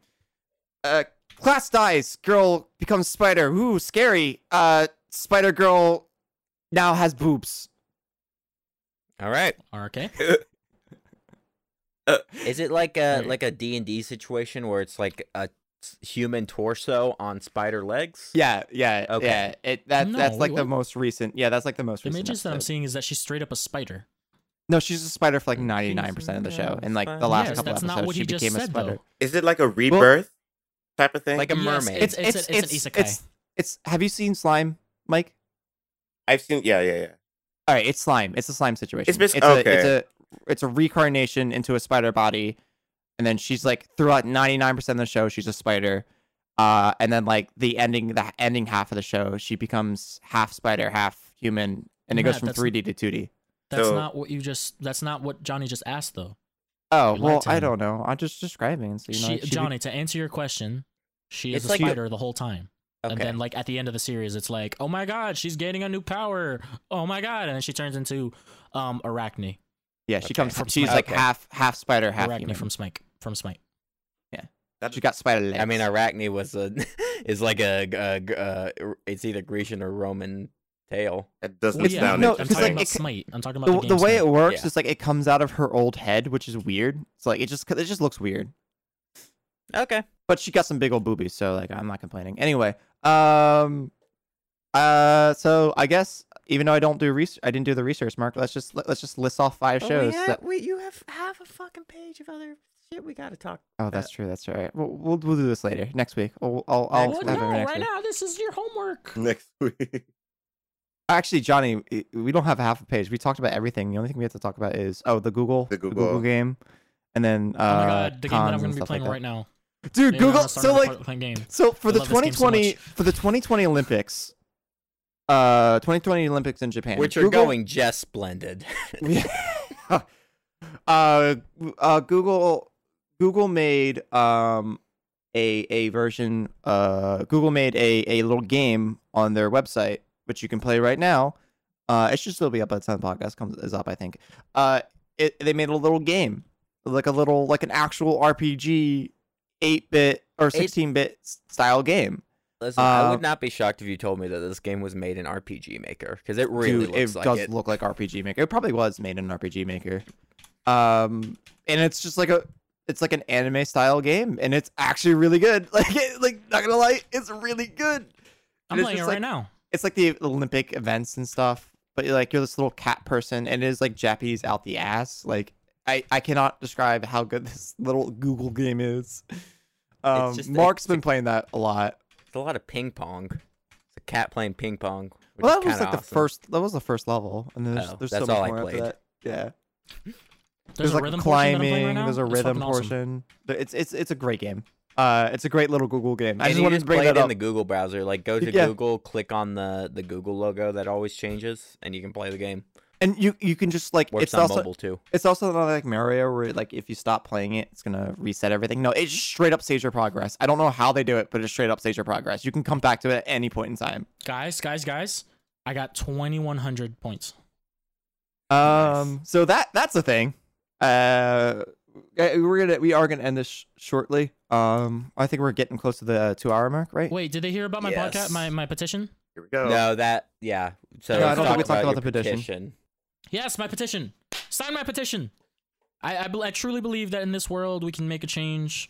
S1: uh, class dies. Girl becomes spider. Ooh, scary. Uh, spider girl now has boobs.
S3: All right.
S2: Okay.
S3: Is it like a
S2: Right.
S3: like a D and D situation where it's like a s- human torso on spider legs?
S1: Yeah, yeah,
S3: Okay.
S1: yeah. It that
S2: No,
S1: that's like
S2: wait,
S1: the
S2: what?
S1: most recent. Yeah, that's like the most
S2: The
S1: recent.
S2: images that I'm
S1: episode.
S2: seeing is that she's straight up a spider.
S1: No, she's a spider for like
S3: She's a
S1: ninety nine percent of the show, and like the
S3: spider.
S1: last
S2: yes,
S1: couple
S2: that's
S1: episodes,
S2: not what
S1: she
S2: he just
S1: became a
S2: said,
S1: spider.
S2: though.
S4: Is it like a rebirth type of thing?
S3: Like a
S2: Yes,
S3: mermaid.
S2: It's, it's, a- it's, an isekai.
S1: It's, it's- have you seen slime, Mike?
S4: I've seen. Yeah, yeah, yeah.
S1: All right, it's slime. It's a slime situation.
S4: It's basi-
S1: a, it's
S4: okay.
S1: a it's a reincarnation into a spider body, and then she's like throughout ninety nine percent of the show, she's a spider. Uh, and then like the ending, the ending half of the show, she becomes half spider, half human, and it goes
S2: Matt,
S1: from
S2: that's-
S1: three D to two D.
S2: that's
S4: so-
S2: not what you just. That's not what Johnny just asked, though.
S1: Oh
S2: You lied
S1: well,
S2: to
S1: I
S2: him.
S1: don't know. I'm just describing. So you know,
S2: she,
S1: it should be-
S2: Johnny, to answer your question, she is
S3: It's
S2: a
S3: like-
S2: spider the whole time. And
S3: Okay.
S2: then, like at the end of the series, it's like, oh my god, she's gaining a new power. Oh my god, and then she turns into um Arachne,
S1: yeah, she comes.
S2: from
S1: She's
S2: Smite.
S1: like
S3: Okay.
S1: half half spider, half
S2: Arachne
S1: human.
S2: from Smite, from Smite.
S1: she got spider legs.
S3: I mean, Arachne was a is like a, a, a, it's either Grecian or Roman tale.
S4: That doesn't
S1: Well, yeah.
S4: sound
S1: No,
S2: I'm
S1: it's
S4: interesting.
S1: like
S2: talking about
S1: it c-
S2: Smite. I'm talking about
S1: the,
S2: the,
S1: the
S2: game
S1: way
S2: Smite.
S1: it works
S3: Yeah.
S1: is like it comes out of her old head, which is weird. It's like it just it just looks weird.
S3: Okay.
S1: But she got some big old boobies, so like I'm not complaining. Anyway, um, uh, so I guess even though I don't do research, I didn't do the research, Mark. Let's just let's just list off five
S2: Oh,
S1: shows. that-
S3: we you have half a fucking page of other shit we gotta talk.
S1: oh, that's true. That's right. We'll, we'll we'll do this later next week. I'll I'll, I'll
S2: Well,
S1: have
S2: Oh, no,
S1: it next
S2: right
S1: week.
S2: now this is your homework.
S4: Next week.
S1: Actually, Johnny, i- we don't have a half a page. We talked about everything. The only thing we have to talk about is oh the Google
S4: The Google.
S1: game, and then uh,
S2: oh my god, the game that I'm
S1: cons and
S2: gonna be
S1: stuff
S2: playing
S1: like that.
S2: right now.
S1: Dude,
S2: Yeah,
S1: Google.
S2: I'm
S1: So
S2: starting to
S1: like
S2: play- playing game.
S1: So for
S2: I
S1: the
S2: love this game so
S1: 2020
S2: much.
S1: for the 2020 Olympics, uh, 2020 Olympics in Japan,
S3: Which are
S1: Google-
S3: going just splendid.
S1: uh, uh, Google Google made um a a version. Uh, Google made a a little game on their website which you can play right now. Uh, it should still be up by the time the podcast comes is up, I think. Uh, it they made a little game, like a little like an actual RPG, eight bit or sixteen bit style game.
S3: Listen, I
S1: Uh,
S3: would not be shocked if you told me that this game was made in RPG Maker because it
S1: Dude,
S3: really looks
S1: it
S3: like
S1: does
S3: it.
S1: look like RPG Maker. It probably was made in RPG Maker. Um, and it's just like a, it's like an anime style game, and it's actually really good. Like, it, like not gonna lie, it's really good.
S2: I'm
S1: it's
S2: playing it
S1: just
S2: right
S1: like-
S2: now.
S1: It's like the Olympic events and stuff, but you're like you're this little cat person, and it is like Japanese out the ass. Like, I I cannot describe how good this little Google game is. Um,
S3: just-
S1: Mark's been playing that a lot.
S3: It's a lot of ping pong. It's a cat playing ping pong. which
S1: Well,
S3: is
S1: that was
S3: kinda
S1: like the
S3: awesome.
S1: first. That was the first level, and then there's,
S3: Oh,
S1: there's
S3: that's
S1: so much
S3: all I
S1: more after
S3: played.
S1: that. Yeah. there's,
S2: There's, a
S1: like
S2: rhythm portion that I'm playing
S1: climbing.
S2: right now.
S1: there's a
S2: It's
S1: rhythm
S2: fucking awesome.
S1: portion. There- It's it's it's a great game. Uh, it's a great little Google game. I
S3: And
S1: just
S3: you
S1: wanted
S3: just
S1: to bring
S3: play
S1: that
S3: it
S1: up.
S3: in the Google browser. Like, go to
S1: Yeah.
S3: Google, click on the the Google logo that always changes, and you can play the game.
S1: and you you can just like
S3: Works
S1: it's
S3: on
S1: also
S3: mobile too.
S1: it's also not like Mario where like if you stop playing it, it's gonna reset everything. No, it's just straight up stage your progress. I don't know how they do it, but it's straight up stage your progress. You can come back to it at any point in time.
S2: Guys, guys, guys. I got 2100 points.
S1: Um, so that that's a thing. Uh, eh, we're gonna we are gonna end this sh- shortly. Um, I think we're getting close to the two hour mark, right?
S2: Wait, did they hear about my
S3: Yes.
S2: podcast, my my petition?
S4: Here we go.
S3: No, that yeah. So
S1: No, I
S3: let's
S1: don't
S3: talk
S1: think we talked about
S3: your
S1: the petition.
S2: Yes, my petition. Sign my petition. I, I, bel- I truly believe that in this world we can make a change.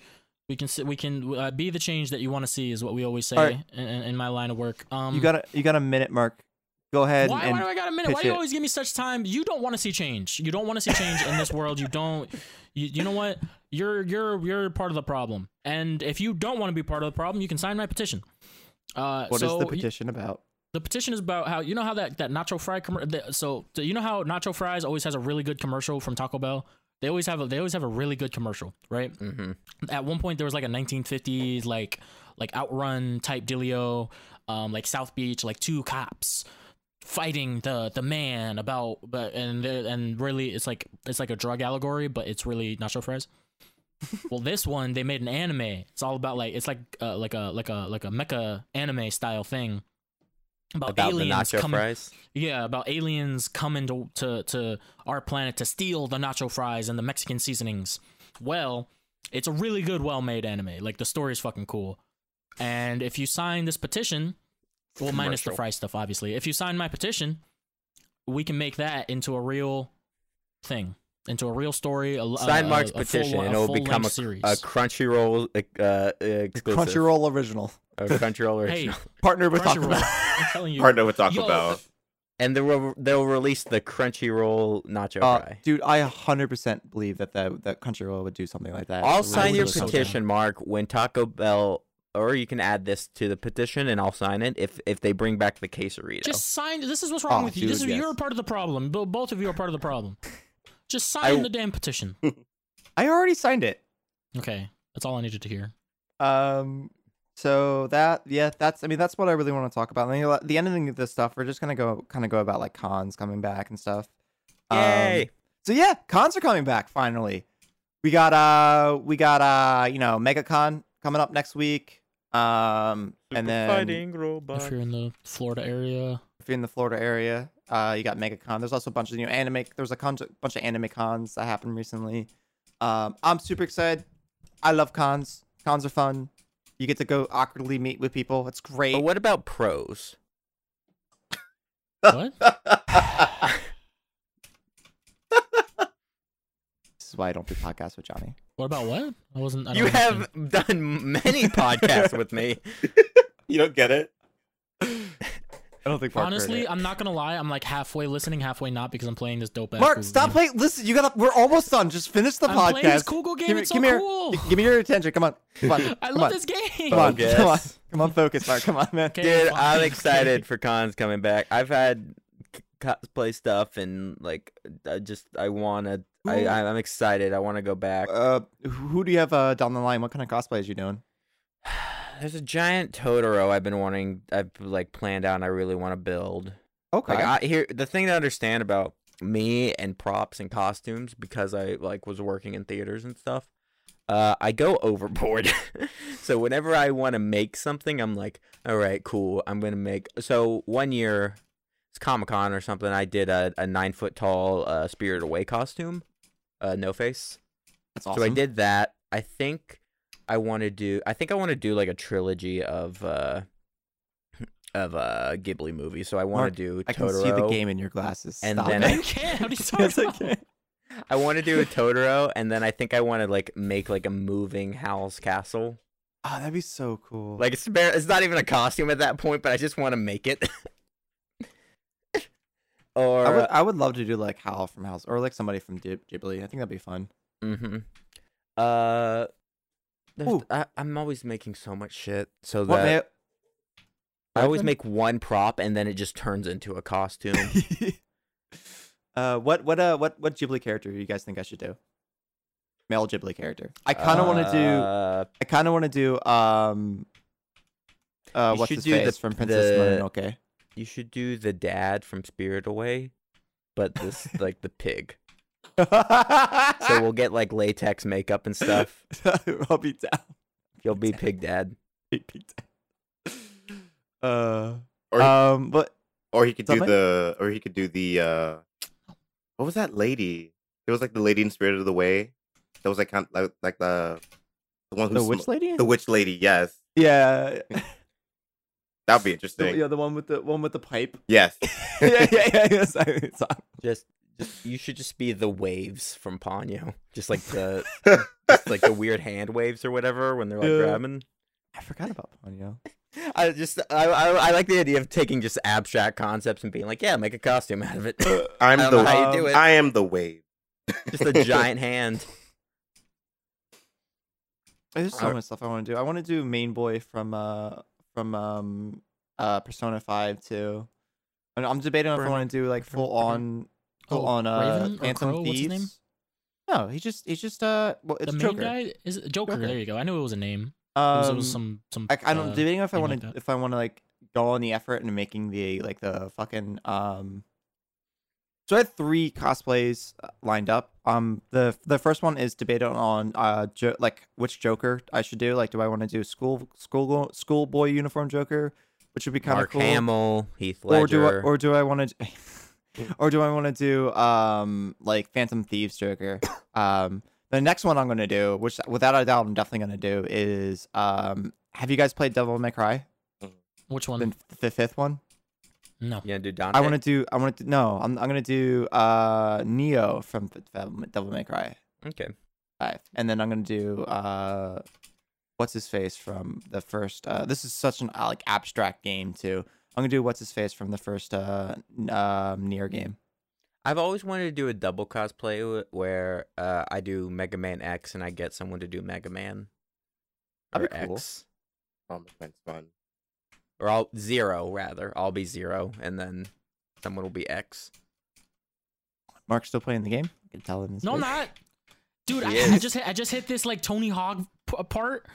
S2: We can s- we can uh, be the change that you want to see is what we always say
S1: All right.
S2: in, in in my line of work. Um,
S1: you got a you got a minute, Mark. Go ahead
S2: why,
S1: and
S2: why do I got a minute? Why
S1: pitch
S2: do you
S1: it.
S2: always give me such time? You don't want to see change. You don't want to see change in this world. You don't. You, you know what? You're you're you're part of the problem. And if you don't want to be part of the problem, you can sign my petition. Uh,
S1: what is
S2: so
S1: the
S2: y-
S1: petition about?
S2: the petition is about how you know how that that nacho fry commer the, so do you know how nacho fries always has a really good commercial from Taco Bell. They always have a they always have a really good commercial, right?
S3: Mm-hmm.
S2: At one point there was like a 1950s like like outrun type dealio, um, like South Beach, like two cops fighting the the man about but and they're- and really it's like it's like a drug allegory, but it's really nacho fries. well, this one they made an anime. It's all about like it's like uh, like a like a like a mecha anime style thing about,
S3: About the
S2: aliens
S3: nacho
S2: coming.
S3: fries.
S2: Yeah, about aliens coming to, to to our planet to steal the nacho fries and the Mexican seasonings. Well, it's a really good, well-made anime. Like the story's fucking cool. And if you sign this petition, well, minus the
S3: Commercial.
S2: fry stuff, obviously. If you sign my petition, we can make that into a real thing, into a real story. A, a-
S3: Sign
S2: a-
S3: Mark's
S2: a
S3: petition,
S2: full,
S3: and it will become a,
S2: full-length series.
S3: a Crunchyroll uh, uh, exclusive.
S1: Crunchyroll original
S3: A Crunchyroll
S2: hey,
S3: original.
S1: partner with Taco
S2: Crunchyroll.
S1: Bell.
S2: I'm telling you,
S4: Partner with Taco
S2: Yo,
S4: Bell.
S3: And they will they'll release the Crunchyroll nacho
S1: Uh,
S3: fry.
S1: dude, I 100% believe that that, that Crunchyroll would do something like that.
S3: I'll
S1: It's
S3: sign
S2: would
S3: your
S2: do something.
S3: petition, Mark, when Taco Bell, or you can add this to the petition, and I'll sign it if if they bring back the quesarito.
S2: Just sign. This is what's wrong
S3: Oh,
S2: with you. This
S3: dude,
S2: is
S3: yes.
S2: you're part of the problem. Bo- Both of you are part of the problem. Just sign
S3: I-
S2: the damn petition.
S1: I already signed it.
S2: Okay, that's all I needed to hear.
S1: Um, so that yeah, that's I mean that's what I really want to talk about. And then the ending of this stuff, we're just gonna go kind of go about like cons coming back and stuff. Um,
S3: Yay!
S1: so yeah, cons are coming back finally. We got uh we got uh you know MegaCon coming up next week. Um, and then
S2: If you're in the Florida area,
S1: if you're in the Florida area, uh, you got MegaCon. There's also a bunch of new anime. There's a con- bunch of anime cons that happened recently. Um, I'm super excited. I love cons. Cons are fun. You get to go awkwardly meet with people. It's great.
S3: But what about pros?
S2: what?
S1: This is why I don't do podcasts with Johnny.
S2: What about what? I wasn't. I don't
S3: You
S2: understand.
S3: have done many podcasts with me.
S4: You don't get it?
S1: I don't think
S2: Honestly, I'm not gonna lie. I'm like halfway listening, halfway not because I'm playing this dope. ass
S1: Mark,
S2: Google
S1: stop
S2: game.
S1: playing. Listen, you got. We're almost done. Just finish the
S2: I'm
S1: podcast.
S2: playing this Google game.
S1: Give me,
S2: it's
S1: give
S2: so
S1: me your-
S2: cool.
S1: give me your attention. Come on. Come on.
S2: I
S1: come
S2: love
S1: on.
S2: this game.
S1: Come on.
S3: Focus.
S1: Come on. Come on. Focus, Mark. Come on, man.
S2: Okay,
S3: Dude,
S2: fine.
S3: I'm excited for cons coming back. I've had c- cosplay stuff and like I just I wanna I
S1: Ooh.
S3: I- I'm excited. I want to go back.
S1: Uh, who do you have uh, down the line? What kind of cosplay is you doing?
S3: There's a giant Totoro I've been wanting. I've like planned out. and I really want to build.
S1: Okay.
S3: Like I here the thing to understand about me and props and costumes because I like was working in theaters and stuff. Uh, I go overboard. so whenever I want to make something, I'm like, all right, cool. I'm gonna make. So one year, it's Comic Con or something. I did a, a nine foot tall uh, Spirit Away costume, uh, no face.
S1: That's
S3: So I did that. I think I want to do. I think I want to do like a trilogy of uh of uh Ghibli movies. So I want
S1: Mark,
S3: to do Totoro.
S1: I can see the game in your glasses.
S3: and
S1: Stop
S3: then
S2: No,
S1: it.
S2: you can't. What are you
S1: Yes,
S2: talking
S1: I
S2: about?
S1: can.
S3: I want to do a Totoro, and then I think I want to like make like a moving house castle.
S1: Oh, that'd be so cool.
S3: Like it's bare, it's not even a costume at that point, but I just want to make it. or uh,
S1: I would, I would love to do like Howl from House or like somebody from Ghib- Ghibli. I think that'd be fun.
S3: Mm-hmm. Uh, there's-
S1: Ooh.
S3: I, I'm always making so much shit, so
S1: What
S3: that I always
S1: Pardon?
S3: make one prop, and then it just turns into a costume.
S1: may- uh, what what uh what what Ghibli character do you guys think I should do? Male Ghibli character. I kind of want to do.
S3: Uh,
S1: I kind of want to do. Um. Uh,
S3: You
S1: what's
S3: should
S1: his
S3: do the-
S1: face from Princess
S3: the-
S1: Mononoke?
S3: you should do the dad from Spirit Away. but this like the pig. So we'll get like latex makeup and stuff.
S1: I'll be down.
S3: You'll be pig dad.
S1: Big pig down. Uh,
S4: Or-
S1: um, but
S4: Or he could do
S1: Something?
S4: the or he could do the uh what was that lady? It was like the lady in Spirit of the Way. That was like kind like, like the the one who
S1: the
S4: sm-
S1: witch lady.
S4: the witch lady, yes.
S1: yeah,
S4: That'd be
S1: the,
S4: interesting.
S1: yeah, the one with the one with the pipe.
S4: Yes.
S1: yeah, yeah, yeah. yeah, sorry, sorry.
S3: Just, just you should just be the waves from Ponyo. Just like the just like the weird hand waves or whatever when they're like
S1: Yeah.
S3: grabbing.
S1: I forgot about Ponyo.
S3: I just I, I I like the idea of taking just abstract concepts and being like, yeah, make a costume out of it.
S4: I'm
S3: I don't know
S4: the Um,
S3: how you do it.
S4: I am the wave.
S3: just a giant hand.
S1: There's so
S4: Alright.
S1: much stuff I want to do. I want to do Main Boy from uh from um uh Persona Five too. And I'm debating if I want to do like full on full
S2: Oh,
S1: on uh
S2: Raven or
S1: Phantom
S2: Crow? What's his
S1: Thieves.
S2: name?
S1: No, he's just he's just uh well it's
S2: the main
S1: Joker.
S2: guy is Joker.
S1: Joker.
S2: There you go. I knew it was a name. It
S1: Um,
S2: was, it was some some.
S1: I, I don't
S2: uh,
S1: debating if I
S2: thing
S1: want
S2: like
S1: to
S2: that.
S1: if I want to like go on the effort in making the like the fucking um. So I had three cosplays uh, lined up. Um, the the first one is debated on uh jo- like which Joker I should do. Like, do I want to do school school schoolboy uniform Joker, which would be kind of
S3: Mark
S1: cool,
S3: Hamill, Heath Ledger.
S1: or do I, or do I want to, or do I want to do um like Phantom Thieves Joker? Um, the next one I'm gonna do, which without a doubt I'm definitely gonna do, is um. Have you guys played Devil May Cry?
S2: Which one?
S1: The, the fifth one.
S2: No.
S3: yeah, do Dante.
S1: I want to do. I want to. No, I'm. I'm gonna do uh Neo from F- F- Devil May Cry
S3: Okay.
S1: Five, and then I'm gonna do uh, what's his face from the first. Uh, this is such an uh, like abstract game too. I'm gonna do what's his face from the first uh n- um Nier game.
S3: I've always wanted to do a double cosplay w- where uh, I do Mega Man X and I get someone to do Mega Man.
S1: That'd
S3: or
S1: be cool.
S3: X.
S4: Oh, my friend's fun.
S3: Or I'll zero rather. I'll be zero and then someone will be X.
S1: Mark's still playing the game. I can tell him. his
S2: No, I'm
S1: face.
S2: not. Dude, I,
S3: He
S2: I
S3: is.
S2: just hit, I just hit this like Tony Hawk p- part.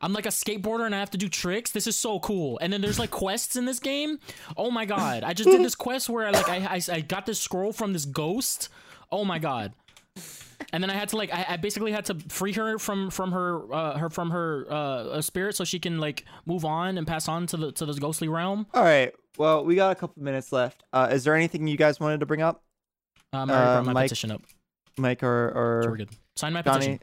S2: I'm like a skateboarder and I have to do tricks. This is so cool. And then there's like quests in this game. Oh my god! I just did this quest where like I I, I got this scroll from this ghost. Oh my god! And then I had to like I, I basically had to free her from from her uh, her from her uh, uh, spirit so she can like move on and pass on to the to this ghostly realm.
S1: All right. Well, we got a couple minutes left. Uh, is there anything you guys wanted to bring up,
S2: Um, I already
S1: Uh,
S2: brought my
S1: Mike-
S2: petition up.
S1: Mike or or
S2: So we're good. Sign my petition.
S1: Johnny,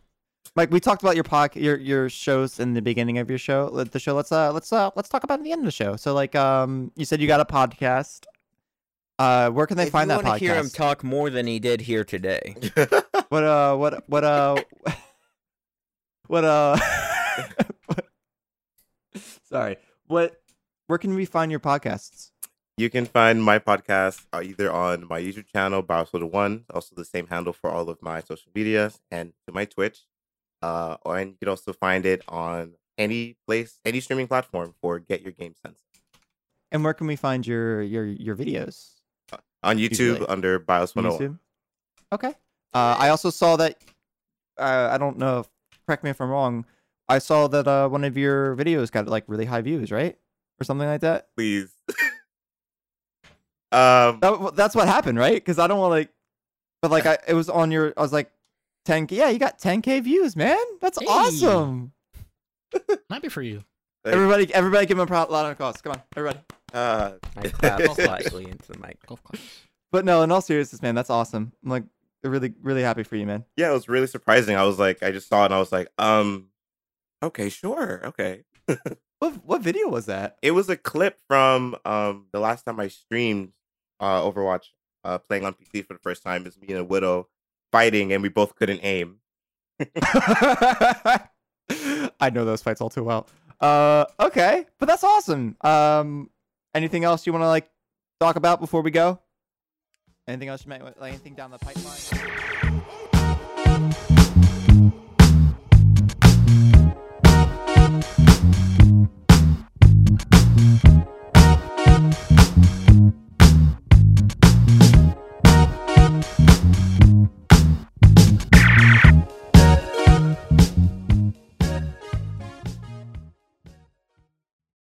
S1: Mike, we talked about your poc your your shows in the beginning of your show, let- the show. Let's uh, let's uh, let's talk about it at the end of the show. So, like, um, you said you got a podcast. Uh, where can they
S3: if
S1: find
S3: you
S1: that
S3: wanna
S1: podcast?
S3: hear him talk more than he did here today.
S1: what uh, what what uh, what uh, sorry, what? Where can we find your podcasts?
S4: You can find my podcast uh, either on my YouTube channel, Bowser One, also the same handle for all of my social media, and to my Twitch. Uh, or- and you can also find it on any place, any streaming platform for Get Your Game Sense.
S1: And where can we find your your your videos?
S4: On YouTube
S1: Usually.
S4: under Bios 101.
S1: YouTube. Okay. Uh, I also saw that. Uh, I don't know. If, correct me if I'm wrong. I saw that uh, one of your videos got like really high views, right, or something like that.
S4: Please. um,
S1: that that's what happened, right? Because I don't want to like, but like I, it was on your. I was like, 10k. Yeah, you got 10k views, man. That's
S2: Hey.
S1: awesome.
S2: Might be for you.
S4: Thank-
S1: Everybody, everybody, give him a prou- round of applause. Come on, everybody.
S4: uh,
S3: I clapped slightly into the mic.
S2: Golf club.
S1: But no, in all seriousness, man, that's awesome. I'm like really, really happy for you, man.
S4: yeah, it was really surprising. I was like, I just saw it and I was like, um, okay, sure, okay.
S1: What what video was that?
S4: It was a clip from um the last time I streamed uh Overwatch uh playing on PC for the first time is me and a widow fighting and we both couldn't aim.
S1: I know those fights all too well. Uh, okay, but that's awesome. Um, anything else you want to like talk about before we go? Anything else you might like anything down the pipeline?